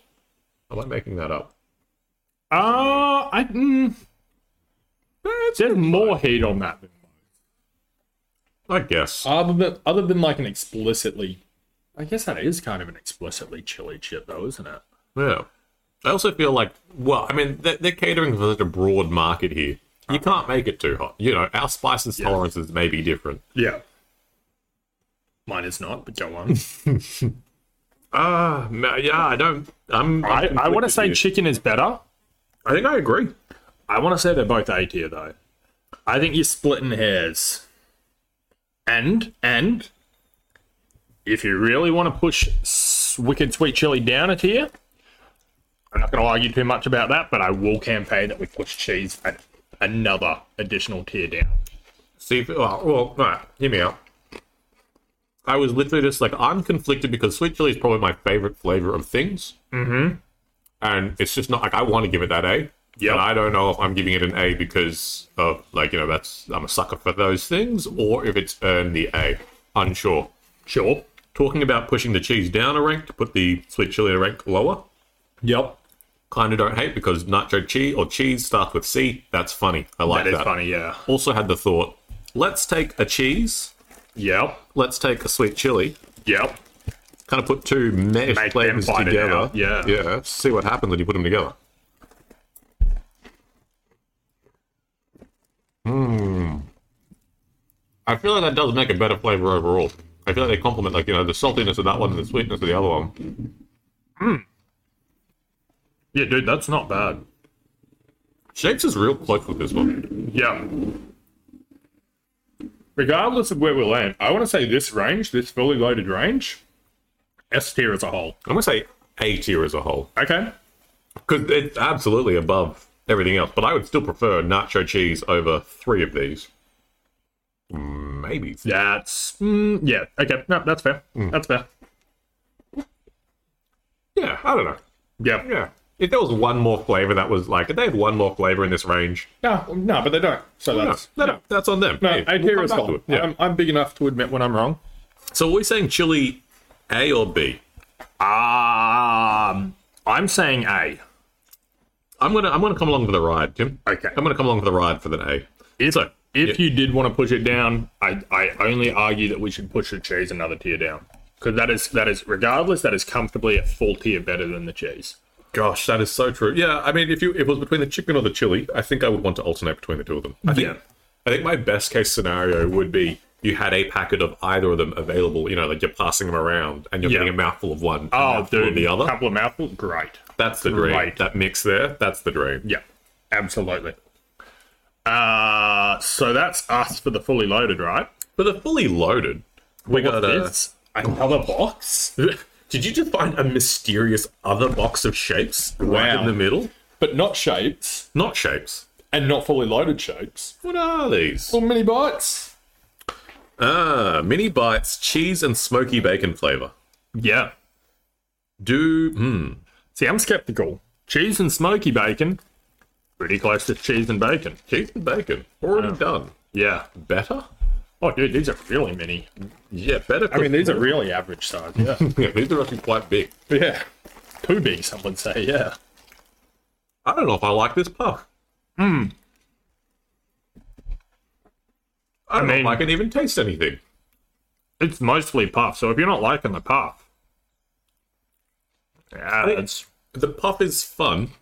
Speaker 2: I like making that up.
Speaker 1: Uh, I, mm, there's more heat on that. than-
Speaker 2: I guess.
Speaker 1: Other than, other than like an explicitly, I guess that is kind of an explicitly chili chip though, isn't it?
Speaker 2: Yeah. I also feel like, well, I mean, they're, they're catering for such a broad market here. You can't make it too hot. You know, our spices tolerances may be different.
Speaker 1: Yeah. Mine is not, but go on.
Speaker 2: Ah, no, yeah, I don't. I'm.
Speaker 1: I, I want to say
Speaker 2: cheese.
Speaker 1: chicken is better.
Speaker 2: I think I agree.
Speaker 1: I want to say they're both A tier though. I think you're splitting hairs. And and if you really want to push s- Wicked Sweet Chili down a tier, I'm not going to argue too much about that, but I will campaign that we push cheese at another additional tier down.
Speaker 2: See, if, well, well, all right, hear me out. I was literally just like, I'm conflicted because sweet chili is probably my favorite flavor of things. Mm-hmm. And it's just not like I want to give it that A.
Speaker 1: Yep.
Speaker 2: And I don't know if I'm giving it an A because of like you know that's I'm a sucker for those things, or if it's earned the A. Unsure.
Speaker 1: Sure.
Speaker 2: Talking about pushing the cheese down a rank to put the sweet chili in a rank lower.
Speaker 1: Yep.
Speaker 2: Kind of don't hate because nacho cheese or cheese starts with C. That's funny. I like
Speaker 1: That
Speaker 2: that.
Speaker 1: is funny, yeah.
Speaker 2: Also had the thought, let's take a cheese
Speaker 1: Yep.
Speaker 2: let's take a sweet chili,
Speaker 1: Yep.
Speaker 2: kind of put two
Speaker 1: Make
Speaker 2: mesh
Speaker 1: them
Speaker 2: flavors
Speaker 1: fight it
Speaker 2: together.
Speaker 1: out, yeah.
Speaker 2: yeah. See what happens when you put them together. Hmm. I feel like that does make a better flavor overall. I feel like they complement, like you know, the saltiness of that one and the sweetness of the other one.
Speaker 1: Yeah, dude, that's not bad.
Speaker 2: Shakes is real close with this one.
Speaker 1: Yeah. Regardless of where we land, I want to say this range, this fully loaded range, S tier as a whole.
Speaker 2: I'm gonna say A tier as a whole
Speaker 1: Okay.
Speaker 2: because it's absolutely above everything else. But I would still prefer nacho cheese over three of these. babies.
Speaker 1: That's Hmm. mm, yeah. Okay, no, that's fair. That's fair.
Speaker 2: Yeah, I don't know.
Speaker 1: Yeah.
Speaker 2: Yeah. If there was one more flavor that was like, if they had one more flavor in this range,
Speaker 1: No, no, but they don't. So
Speaker 2: no,
Speaker 1: that's
Speaker 2: no, no, that's on them.
Speaker 1: no.
Speaker 2: Hey,
Speaker 1: I'd
Speaker 2: we'll
Speaker 1: hear
Speaker 2: come
Speaker 1: us
Speaker 2: back to
Speaker 1: all.
Speaker 2: it. Yeah.
Speaker 1: I'm, I'm big enough to admit when I'm wrong.
Speaker 2: so are we saying chili A or B?
Speaker 1: Um, I'm saying A.
Speaker 2: I'm gonna I'm gonna come along for the ride, Jim.
Speaker 1: Okay.
Speaker 2: I'm gonna come along for the ride for the A.
Speaker 1: If, if you did want to push it down, I, I only argue that we should push the cheese another tier down because that is that is regardless that is comfortably a full tier better than the cheese.
Speaker 2: Gosh, that is so true. Yeah, I mean, if you if it was between the chicken or the chili, I think I would want to alternate between the two of them. I think,
Speaker 1: Yeah.
Speaker 2: I think my best case scenario would be you had a packet of either of them available. You know, like you're passing them around and you're
Speaker 1: Yeah.
Speaker 2: getting a mouthful of one, a
Speaker 1: Oh,
Speaker 2: mouthful
Speaker 1: dude,
Speaker 2: of the other.
Speaker 1: couple of mouthful, great.
Speaker 2: That's the dream.
Speaker 1: Right.
Speaker 2: That mix there, that's the dream.
Speaker 1: Yeah, absolutely. Uh, so that's us for the fully loaded, right?
Speaker 2: For the fully loaded, we got a.
Speaker 1: this another box,
Speaker 2: Did you just find a mysterious other box of shapes right
Speaker 1: Wow.
Speaker 2: in the middle?
Speaker 1: but not shapes
Speaker 2: Not shapes.
Speaker 1: and not fully loaded shapes.
Speaker 2: What are these?
Speaker 1: Little mini bites.
Speaker 2: Ah, mini bites, cheese and smoky bacon flavor.
Speaker 1: Yeah.
Speaker 2: Do hmm.
Speaker 1: See, I'm skeptical. Cheese and smoky bacon, pretty close to cheese and bacon.
Speaker 2: cheese and bacon already done.
Speaker 1: Yeah.
Speaker 2: Better?
Speaker 1: Oh, dude, these are really mini.
Speaker 2: Yeah, better.
Speaker 1: I mean, these are really average size. Yeah.
Speaker 2: yeah, these are actually quite big.
Speaker 1: yeah. Too big, some would say. Yeah.
Speaker 2: I don't know if I like this puff. Hmm. I don't
Speaker 1: mean-
Speaker 2: know if I can even taste anything.
Speaker 1: It's mostly puff, so if you're not liking the puff, yeah,
Speaker 2: think-
Speaker 1: that's
Speaker 2: The puff is fun,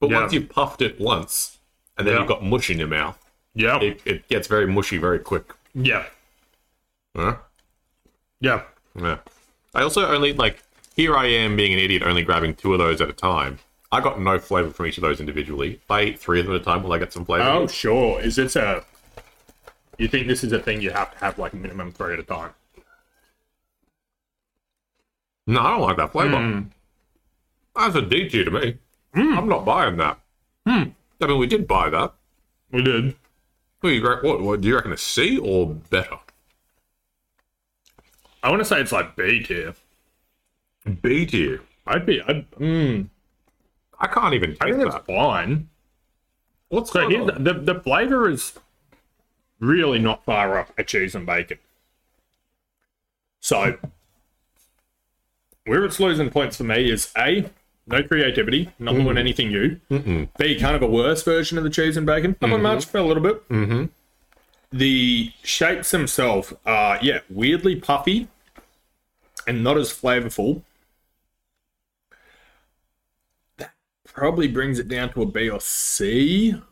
Speaker 2: but
Speaker 1: Yeah.
Speaker 2: once you've puffed it once, and then
Speaker 1: Yeah.
Speaker 2: you've got mush in your mouth,
Speaker 1: yeah,
Speaker 2: it, it gets very mushy very quick.
Speaker 1: yeah,
Speaker 2: Huh?
Speaker 1: yeah.
Speaker 2: Yeah. I also only like here I am being an idiot, only grabbing two of those at a time. I got no flavor from each of those individually. If I eat three of them at a time, will I get some flavor?
Speaker 1: Oh, sure. Is this a? You think this is a thing you have to have like minimum three at a time?
Speaker 2: No, I don't like that flavor.
Speaker 1: Hmm.
Speaker 2: That's a DG to me. I'm not buying that.
Speaker 1: Hmm.
Speaker 2: I mean, we did buy that.
Speaker 1: We did.
Speaker 2: What do you reckon? What, what do you reckon? A C or better?
Speaker 1: I want to say it's like B tier.
Speaker 2: B tier.
Speaker 1: I'd be. I'd. Mm,
Speaker 2: I can't even
Speaker 1: I
Speaker 2: taste
Speaker 1: think
Speaker 2: that.
Speaker 1: that's fine.
Speaker 2: What's
Speaker 1: So
Speaker 2: going
Speaker 1: here's
Speaker 2: on?
Speaker 1: the, the the flavor is really not far off a cheese and bacon. So where it's losing points for me is a no creativity, not doing anything new. B kind of a worse version of the cheese and bacon, not by much, but a little bit. Mm-hmm. The shapes themselves are yeah weirdly puffy and not as flavorful. That probably brings it down to a B or C.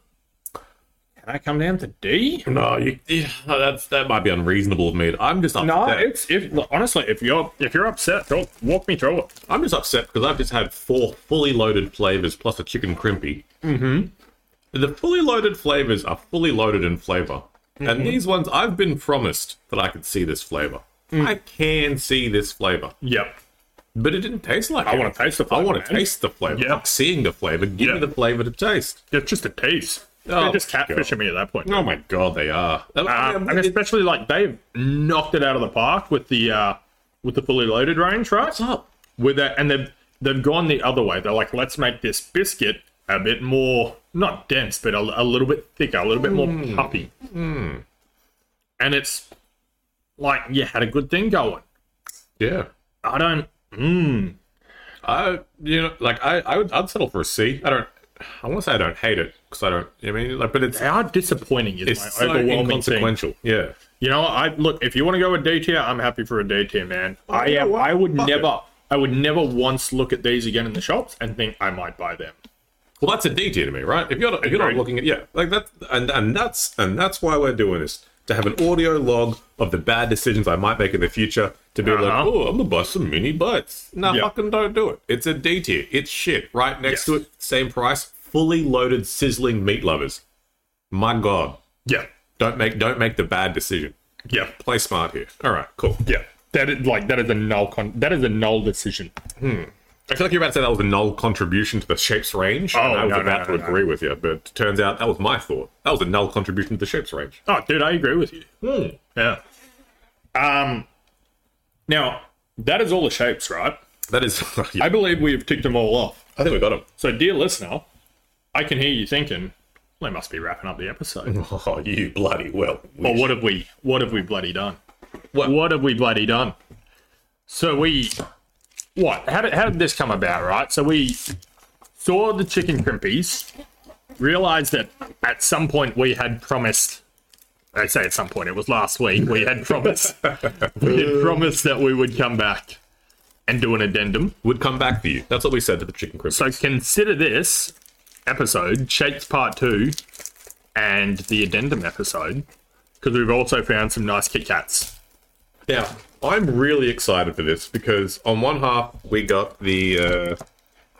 Speaker 1: Can I come down to D?
Speaker 2: No, you, yeah, that's that might be unreasonable of me. I'm just upset.
Speaker 1: No, it's if look, honestly, if you're if you're upset, don't walk me through it.
Speaker 2: I'm just upset because I've just had four fully loaded flavors plus a chicken crimpy. Mm-hmm. The fully loaded flavors are fully loaded in flavor,
Speaker 1: Mm-hmm.
Speaker 2: and these ones I've been promised that I could see this flavor.
Speaker 1: Mm.
Speaker 2: I can see this flavor,
Speaker 1: Yep.
Speaker 2: but it didn't taste like
Speaker 1: I
Speaker 2: it.
Speaker 1: want to taste the.
Speaker 2: I
Speaker 1: Flavor,
Speaker 2: want to
Speaker 1: man.
Speaker 2: taste the flavor.
Speaker 1: Yeah.
Speaker 2: Fuck seeing the flavor. Give me
Speaker 1: Yeah.
Speaker 2: the flavor to taste.
Speaker 1: It's just a taste.
Speaker 2: Oh,
Speaker 1: They're just catfishing
Speaker 2: God.
Speaker 1: me at that point.
Speaker 2: Oh my god, they are. I
Speaker 1: Um,
Speaker 2: mean,
Speaker 1: and
Speaker 2: it-
Speaker 1: especially like they've knocked it out of the park with the uh with the fully loaded range, right?
Speaker 2: what's up?
Speaker 1: With that, and they've they've gone the other way. They're like, let's make this biscuit a bit more not dense, but a, a little bit thicker, a little bit more puffy. Hmm. And it's like you had a good thing going.
Speaker 2: Yeah.
Speaker 1: I don't.
Speaker 2: I you know like I I would I'd settle for a C. I don't. I want to say I don't hate it because I don't. I mean, like, but it's
Speaker 1: They are disappointing. Is
Speaker 2: it's
Speaker 1: my
Speaker 2: so
Speaker 1: overwhelming thing.
Speaker 2: inconsequential. Yeah.
Speaker 1: You know, I look if you want to go with D tier, I'm happy for a D tier, man. I
Speaker 2: Oh, you know
Speaker 1: am.
Speaker 2: what?
Speaker 1: I would
Speaker 2: Fuck
Speaker 1: never. I would never once look at these again in the shops and think I might buy them.
Speaker 2: Well, that's a D tier to me, right? If you're not, if you're not
Speaker 1: Agreed.
Speaker 2: looking at yeah, like that, and and that's and that's why we're doing this to have an audio log of the bad decisions I might make in the future. To be like,
Speaker 1: Uh-huh.
Speaker 2: oh, I'm gonna buy some mini bites. No,
Speaker 1: Yeah.
Speaker 2: fucking don't do it. It's a D tier. It's shit. Right next to
Speaker 1: Yes.
Speaker 2: it, same price, fully loaded, sizzling meat lovers. My God,
Speaker 1: Yeah,
Speaker 2: don't make don't make the bad decision.
Speaker 1: yeah,
Speaker 2: Play smart here. All right, cool.
Speaker 1: yeah. That is like that is a null con. That is a null decision.
Speaker 2: I feel like you're about to say that was a null contribution to the shapes range. and I was
Speaker 1: Oh, no, no,
Speaker 2: about
Speaker 1: no,
Speaker 2: to
Speaker 1: no.
Speaker 2: agree with you, but turns out that was my thought. That was a null contribution to the shapes range.
Speaker 1: Oh, dude, I agree with you.
Speaker 2: Hmm.
Speaker 1: Yeah, Um, now that is all the shapes, right?
Speaker 2: That is. yeah,
Speaker 1: I believe we have ticked them all off.
Speaker 2: I think we got him.
Speaker 1: So, dear listener, I can hear you thinking they must be wrapping up the episode.
Speaker 2: Oh, you bloody well.
Speaker 1: But what have we? What have we bloody done?
Speaker 2: What-
Speaker 1: what have we bloody done? So we, what? How did, how did this come about? Right. So we saw the chicken crimpies, realized that at some point we had promised. I say at some point it was last week. We had promised. we had promised that we would come back and do an addendum.
Speaker 2: would come back for you? That's what we said to the chicken crimp.
Speaker 1: So consider this episode, Shapes Part 2, and the addendum episode, because we've also found some nice Kit Kats.
Speaker 2: Now, I'm really excited for this because on one half we got the uh,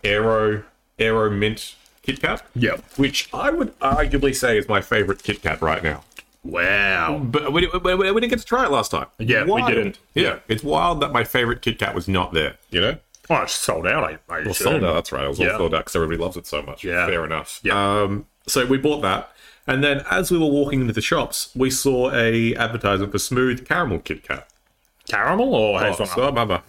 Speaker 2: Aero Aero Mint Kit Kat,
Speaker 1: Yep.
Speaker 2: which I would arguably say is my favorite Kit Kat right now.
Speaker 1: Wow.
Speaker 2: But we, we, we we didn't get to try it last time.
Speaker 1: Yeah, we didn't.
Speaker 2: Yeah, it's wild that my favorite Kit Kat was not there. You know,
Speaker 1: Oh, it's sold out, I, I
Speaker 2: well,
Speaker 1: assume.
Speaker 2: sold out. That's right. It was
Speaker 1: Yeah.
Speaker 2: all sold out because everybody loves it so much.
Speaker 1: Yeah.
Speaker 2: fair enough.
Speaker 1: Yeah.
Speaker 2: Um, so we bought that, and then as we were walking into the shops, we saw a advertisement for Smooth Caramel Kit Kat.
Speaker 1: Caramel or
Speaker 2: Oh,
Speaker 1: hazelnut?
Speaker 2: so mama.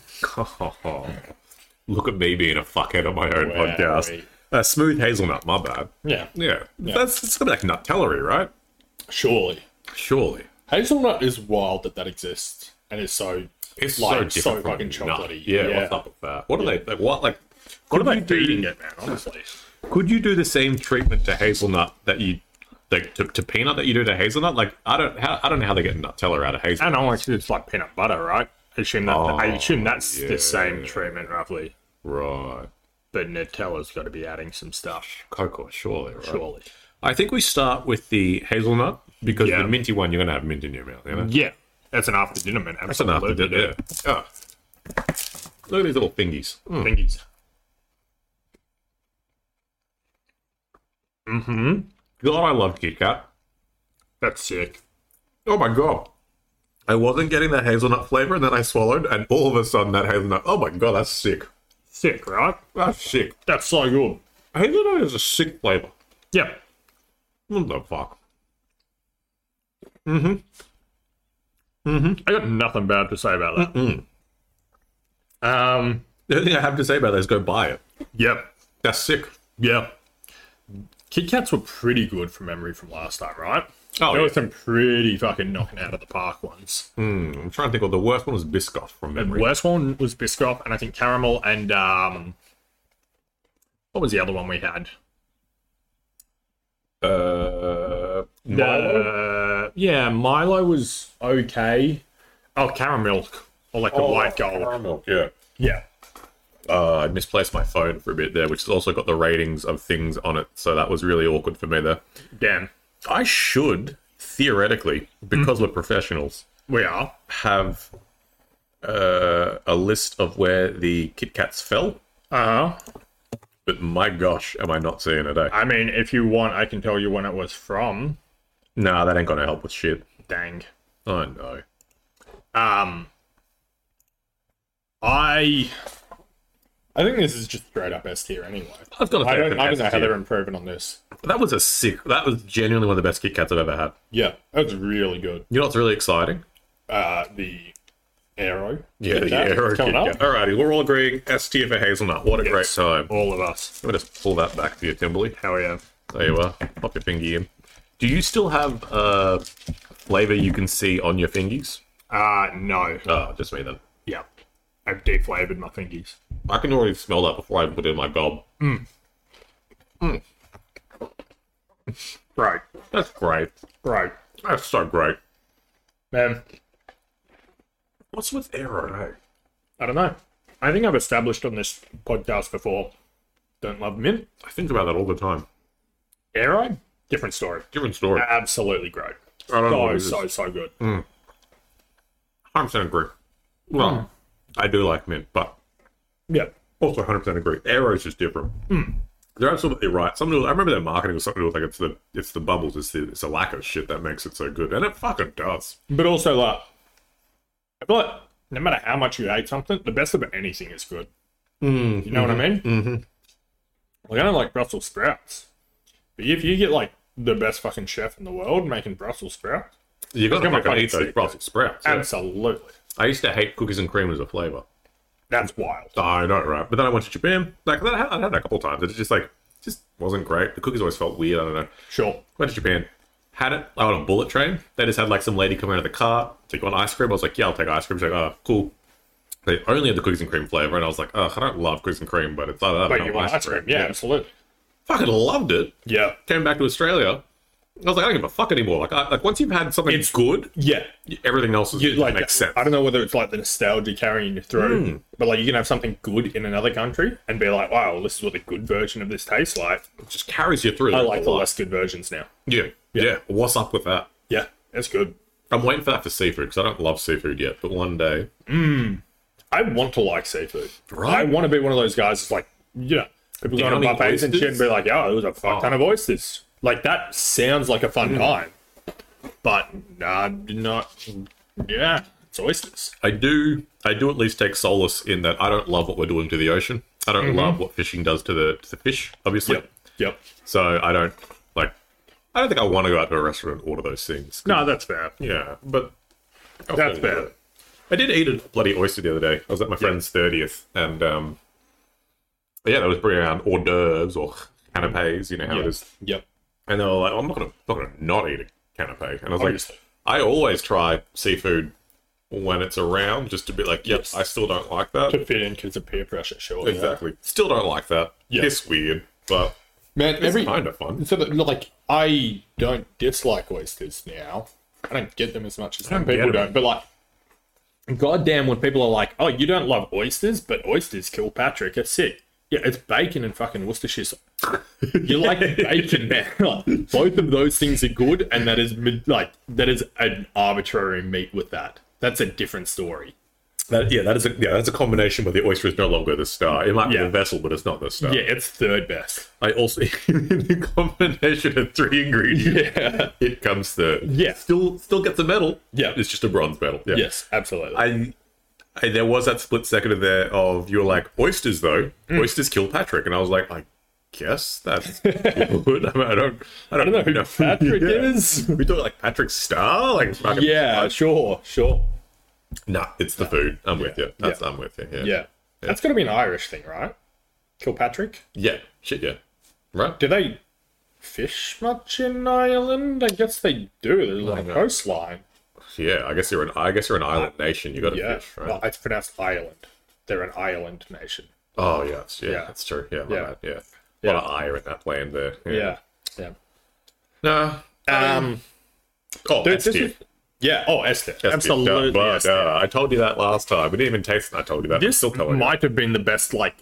Speaker 2: Look at me being a fuckhead on my own
Speaker 1: Wow.
Speaker 2: podcast. Uh, smooth hazelnut, my bad.
Speaker 1: yeah,
Speaker 2: Yeah. That's it's like Nutellery, right?
Speaker 1: surely.
Speaker 2: Surely.
Speaker 1: Hazelnut is wild that that exists and is so.
Speaker 2: It's
Speaker 1: Like,
Speaker 2: so
Speaker 1: so
Speaker 2: different from
Speaker 1: fucking
Speaker 2: nut.
Speaker 1: chocolatey.
Speaker 2: Yeah,
Speaker 1: Yeah.
Speaker 2: what's up with that? What are they like what like
Speaker 1: What
Speaker 2: could
Speaker 1: about
Speaker 2: you do-
Speaker 1: beating it, man? Honestly,
Speaker 2: Could you do the same treatment to hazelnut that you like to, to peanut that you do to hazelnut? Like I don't how, I don't know how they get Nutella out of hazelnut.
Speaker 1: and I like it's like peanut butter, right? I assume that I
Speaker 2: Oh,
Speaker 1: assume that's
Speaker 2: yeah.
Speaker 1: the same treatment, roughly.
Speaker 2: Right.
Speaker 1: But Nutella's got to be adding some stuff,
Speaker 2: Cocoa, surely, right?
Speaker 1: surely.
Speaker 2: I think we start with the hazelnut because
Speaker 1: Yeah.
Speaker 2: the minty one you're gonna have mint in your mouth, you know?
Speaker 1: Yeah, that's an after dinner man.
Speaker 2: That's enough to do
Speaker 1: Absolutely,
Speaker 2: it. Oh. Look at these little thingies.
Speaker 1: dude.
Speaker 2: Mm.
Speaker 1: Thingies. Mm-hmm.
Speaker 2: God, I love Kit Kat.
Speaker 1: That's sick.
Speaker 2: Oh my god. I wasn't getting that hazelnut flavor, and then I swallowed, and all of a sudden that hazelnut. Oh my god, that's sick.
Speaker 1: Sick, right?
Speaker 2: That's sick.
Speaker 1: That's so good.
Speaker 2: Hazelnut is a sick flavor.
Speaker 1: Yeah.
Speaker 2: What the fuck?
Speaker 1: I got nothing bad to say about that. Um.
Speaker 2: The only thing I have to say about that is go buy it.
Speaker 1: Yep.
Speaker 2: That's sick.
Speaker 1: Yep. Kit Kats were pretty good from memory from last time, right?
Speaker 2: Oh,
Speaker 1: there
Speaker 2: yeah.
Speaker 1: were some pretty fucking knocking out of the park ones.
Speaker 2: Mm, I'm trying to think. Well, the worst one was Biscoff from
Speaker 1: The
Speaker 2: memory.
Speaker 1: worst one was Biscoff, and I think caramel and um. What was the other one we had?
Speaker 2: Uh, Milo?
Speaker 1: Uh, yeah, Milo was okay. Oh, caramel or like the
Speaker 2: Oh,
Speaker 1: white gold.
Speaker 2: caramel, Yeah.
Speaker 1: Yeah,
Speaker 2: Uh, I misplaced my phone for a bit there, which has also got the ratings of things on it, so that was really awkward for me there.
Speaker 1: damn,
Speaker 2: I should theoretically, because we're professionals,
Speaker 1: we are.
Speaker 2: have uh, a list of where the Kit Kats fell.
Speaker 1: Uh huh.
Speaker 2: But my gosh, am I not seeing it? Eh?
Speaker 1: I mean, if you want, I can tell you when it was from.
Speaker 2: Nah, that ain't gonna help with shit.
Speaker 1: Dang.
Speaker 2: Oh no.
Speaker 1: Um, I. I think this is just straight up S tier anyway.
Speaker 2: I've got.
Speaker 1: I don't. I don't know how they're improving on this.
Speaker 2: That was a sick. That was genuinely one of the best Kit Kats I've ever had.
Speaker 1: Yeah, that was really good.
Speaker 2: You know what's really exciting?
Speaker 1: Uh, the arrow.
Speaker 2: Yeah,
Speaker 1: Kit
Speaker 2: the
Speaker 1: Kat
Speaker 2: Aero Kit
Speaker 1: coming up.
Speaker 2: Kat. Alrighty, we're all agreeing. S tier for hazelnut. What a great
Speaker 1: Yes.
Speaker 2: time.
Speaker 1: All of us.
Speaker 2: Let me just pull that back for you, Kimberly.
Speaker 1: Hell yeah.
Speaker 2: There you are. Pop your fingy in. Do you still have uh, flavor you can see on your fingies?
Speaker 1: Uh, no.
Speaker 2: Oh, just me then.
Speaker 1: Yeah. I've deflavored my fingies.
Speaker 2: I can already smell that before I put it in my gob.
Speaker 1: Right.
Speaker 2: That's great.
Speaker 1: Right.
Speaker 2: That's so great.
Speaker 1: Man,
Speaker 2: What's with arrow?
Speaker 1: I don't know. I think I've established on this podcast before. Don't love mint.
Speaker 2: I think about that all the time.
Speaker 1: Aero? Different story.
Speaker 2: Different story.
Speaker 1: Absolutely great.
Speaker 2: I don't know. what
Speaker 1: So,
Speaker 2: Oh, it is.
Speaker 1: so, so good.
Speaker 2: 100% agree. Well,
Speaker 1: Hmm.
Speaker 2: I do like mint, but
Speaker 1: Yeah.
Speaker 2: also 100% agree. Arrow's just different.
Speaker 1: Hmm.
Speaker 2: They're absolutely right. Something to do- I remember their marketing was something to do with like it's the it's the bubbles, it's the it's the lack of shit that makes it so good, and it fucking does.
Speaker 1: But also, like, I feel like no matter how much you hate something, the best of anything is good. You know what I mean? Mm-hmm. Like, I don't like Brussels sprouts. But if you get, like, the best fucking chef in the world making Brussels sprouts,
Speaker 2: You got
Speaker 1: Become
Speaker 2: to
Speaker 1: a
Speaker 2: fucking eat
Speaker 1: fucking
Speaker 2: those Brussels sprouts. yeah.
Speaker 1: Absolutely.
Speaker 2: I used to hate cookies and cream as a flavor.
Speaker 1: That's wild.
Speaker 2: I know, right? But then I went to Japan. Like that, I had that a couple times. It's just like just wasn't great. The cookies always felt weird. I don't know.
Speaker 1: Sure.
Speaker 2: Went to Japan. Had it like, on a bullet train. They just had like some lady come out of the car. Take one ice cream. I was like, yeah, I'll take ice cream. She's like, oh, cool. They only had the cookies and cream flavor, and I was like, oh, I don't love cookies and cream, but it's like that.
Speaker 1: But you want ice cream? Yeah, absolutely.
Speaker 2: fucking loved it.
Speaker 1: Yeah.
Speaker 2: Came back to Australia. I was like, I don't give a fuck anymore. Like, I, like once you've had something
Speaker 1: It's-
Speaker 2: good,
Speaker 1: Yeah.
Speaker 2: everything else is,
Speaker 1: You, like,
Speaker 2: makes sense. Hmm.
Speaker 1: I don't know whether it's like the nostalgia carrying you through, but like you can have something good in another country and be like, wow, this is what the good version of this tastes like.
Speaker 2: It just carries you through.
Speaker 1: I like the less good versions now.
Speaker 2: Yeah, yeah, What's up with that?
Speaker 1: Yeah, that's good.
Speaker 2: I'm waiting for that for seafood because I don't love seafood yet, but one day.
Speaker 1: I want to like seafood.
Speaker 2: Right.
Speaker 1: I want to be one of those guys that's like, you know, people go
Speaker 2: Downing
Speaker 1: to buffets and shit and
Speaker 2: oysters?
Speaker 1: be like, oh, it was a fuck ton of oysters. Like, that sounds like a
Speaker 2: Hmm.
Speaker 1: fun time. But, nah, not. Yeah, it's oysters.
Speaker 2: I do I do at least take solace in that I don't love what we're doing to the ocean. I don't love what fishing does to the to the fish, obviously.
Speaker 1: Mm-hmm. Yep. Yep.
Speaker 2: So I don't like I don't think I want to go out to a restaurant and order those things.
Speaker 1: No, that's fair.
Speaker 2: Yeah, but I'll
Speaker 1: That's
Speaker 2: hold
Speaker 1: fair.
Speaker 2: it. I did eat a bloody oyster the other day. I was at my friend's thirtieth, and um, yeah, they was bringing around hors d'oeuvres or canapes. You know how it is.
Speaker 1: Yep.
Speaker 2: And they were like, "Oh, "I'm not gonna, not gonna not eat a canape." And I was
Speaker 1: Obviously.
Speaker 2: like, "I always try seafood when it's around, just to be like, yep, I still don't like that.
Speaker 1: To fit in because of peer pressure, sure. yeah.
Speaker 2: Exactly, still don't like that.
Speaker 1: Yeah.
Speaker 2: It's weird, but
Speaker 1: Man, every.
Speaker 2: it's kind of fun.
Speaker 1: So, that, like, I don't dislike oysters now. I don't get them as much as some
Speaker 2: get
Speaker 1: people
Speaker 2: them.
Speaker 1: don't. But, like, goddamn, when people are like, oh, you don't love oysters, but oysters kill Patrick, it's sick. Yeah, it's bacon and fucking Worcestershire sauce. You like bacon, man. Like, both of those things are good, and that is mid- like that is an arbitrary meat with that. That's a different story.
Speaker 2: That, yeah, that is a yeah, that's a combination where the oyster is no longer the star. It might be
Speaker 1: Yeah.
Speaker 2: the vessel, but it's not the star.
Speaker 1: Yeah, it's third best.
Speaker 2: I also the combination of three ingredients,
Speaker 1: Yeah.
Speaker 2: it comes third.
Speaker 1: Yeah.
Speaker 2: still still gets a medal.
Speaker 1: Yeah.
Speaker 2: it's just a bronze medal. Yeah.
Speaker 1: Yes, absolutely.
Speaker 2: I, I there was that split second of there of you were like oysters though
Speaker 1: Mm.
Speaker 2: oysters kill Patrick and I was like I guess that's good. I, mean, I don't I don't,
Speaker 1: don't know who Patrick
Speaker 2: Yeah.
Speaker 1: is.
Speaker 2: We talk like Patrick Star like fucking,
Speaker 1: Yeah, sure, sure.
Speaker 2: nah it's the food I'm with you that's I'm with you yeah
Speaker 1: Yeah. That's got to be an Irish thing, right? Kilpatrick?
Speaker 2: yeah shit yeah right
Speaker 1: Do they fish much in Ireland? I guess they do. There's a lot of
Speaker 2: no.
Speaker 1: coastline.
Speaker 2: yeah I guess you're an I guess you're an island nation you got to
Speaker 1: Yeah.
Speaker 2: fish right
Speaker 1: Well, it's pronounced Ireland. They're an island nation.
Speaker 2: oh yeah that's, yeah,
Speaker 1: Yeah.
Speaker 2: that's true yeah my
Speaker 1: Yeah.
Speaker 2: bad, yeah.
Speaker 1: Yeah.
Speaker 2: a lot of ire in that land there
Speaker 1: Yeah. Yeah.
Speaker 2: nah
Speaker 1: Um,
Speaker 2: oh
Speaker 1: dude,
Speaker 2: that's
Speaker 1: this
Speaker 2: it.
Speaker 1: is- yeah. Oh, Esther.
Speaker 2: That's it.
Speaker 1: Absolutely.
Speaker 2: But,
Speaker 1: Esther.
Speaker 2: uh, I told you that last time. We didn't even taste it. I told you that. I'm
Speaker 1: this
Speaker 2: still telling you.
Speaker 1: might have been the best, like,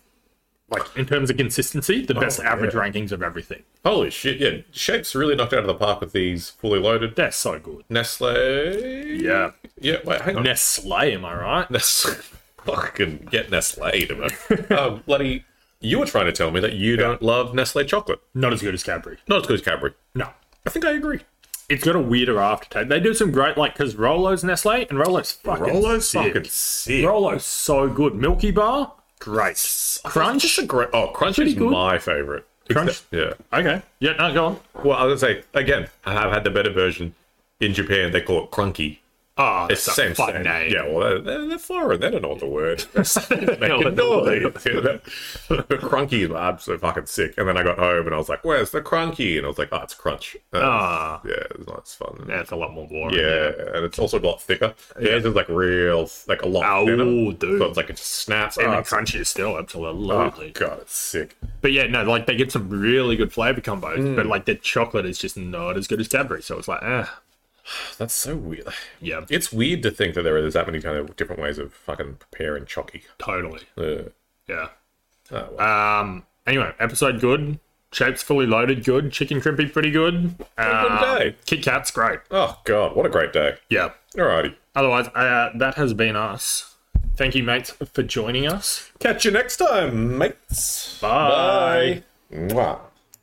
Speaker 1: like in terms of consistency, the best
Speaker 2: Oh, yeah.
Speaker 1: average rankings of everything.
Speaker 2: Holy shit! Yeah, shapes really knocked out of the park with these fully loaded
Speaker 1: They're so good.
Speaker 2: Nestle.
Speaker 1: Yeah.
Speaker 2: Yeah. Wait, hang on.
Speaker 1: Nestle, am I right?
Speaker 2: Nestle. Fucking get Nestle, man. um, bloody. You were trying to tell me that you don't love Nestle chocolate.
Speaker 1: Not as good as Cadbury.
Speaker 2: Not as good as Cadbury.
Speaker 1: No.
Speaker 2: I think I agree.
Speaker 1: It's got a weirder aftertaste. They do some great, like, because Rolo's Nestle, and Rolo's fucking
Speaker 2: Rolo's
Speaker 1: sick.
Speaker 2: fucking sick.
Speaker 1: Rolo's so good. Milky Bar, great.
Speaker 2: Crunch. Just a great. Oh, Crunch is
Speaker 1: good.
Speaker 2: my favorite.
Speaker 1: Crunch?
Speaker 2: Yeah.
Speaker 1: Okay. Yeah, no, go on.
Speaker 2: Well, I was gonna say again. I have had the better version. In Japan, they call it crunky.
Speaker 1: Oh,
Speaker 2: It's the same
Speaker 1: fun
Speaker 2: thing.
Speaker 1: name.
Speaker 2: Yeah, well, they're- they're, they're foreign. They don't know what the word.
Speaker 1: know
Speaker 2: Making
Speaker 1: what the
Speaker 2: noise. Crunky is absolutely fucking sick. And then I got home and I was like, "Where's the crunky?" And I was like, "Oh, it's crunch." Uh,
Speaker 1: Ah.
Speaker 2: yeah, it's not as fun. Yeah.
Speaker 1: That's a lot more boring.
Speaker 2: and it's also a lot thicker. Yeah, it's like real, like a lot
Speaker 1: Oh,
Speaker 2: thinner.
Speaker 1: dude.
Speaker 2: So it's like it just snaps.
Speaker 1: And
Speaker 2: Oh,
Speaker 1: the
Speaker 2: it's-
Speaker 1: crunchy is still
Speaker 2: oh,
Speaker 1: absolutely.
Speaker 2: God, it's sick.
Speaker 1: But yeah, no, like they get some really good flavor combos, but like the chocolate is just not as good as Cadbury. So it's like, eh,
Speaker 2: That's so weird.
Speaker 1: yeah,
Speaker 2: It's weird to think that there is that many kind of different ways of fucking preparing chocky.
Speaker 1: totally.
Speaker 2: Uh,
Speaker 1: Yeah.
Speaker 2: oh, well.
Speaker 1: Um. Anyway, episode good. Shapes fully loaded, good. Chicken crimpy, pretty good. Um,
Speaker 2: day.
Speaker 1: Kit Kat's great.
Speaker 2: oh God, what a great day.
Speaker 1: Yeah.
Speaker 2: Alrighty.
Speaker 1: Otherwise, uh, that has been us. Thank you, mates, for joining us.
Speaker 2: Catch you next time, mates.
Speaker 1: Bye.
Speaker 2: Bye. Mwah.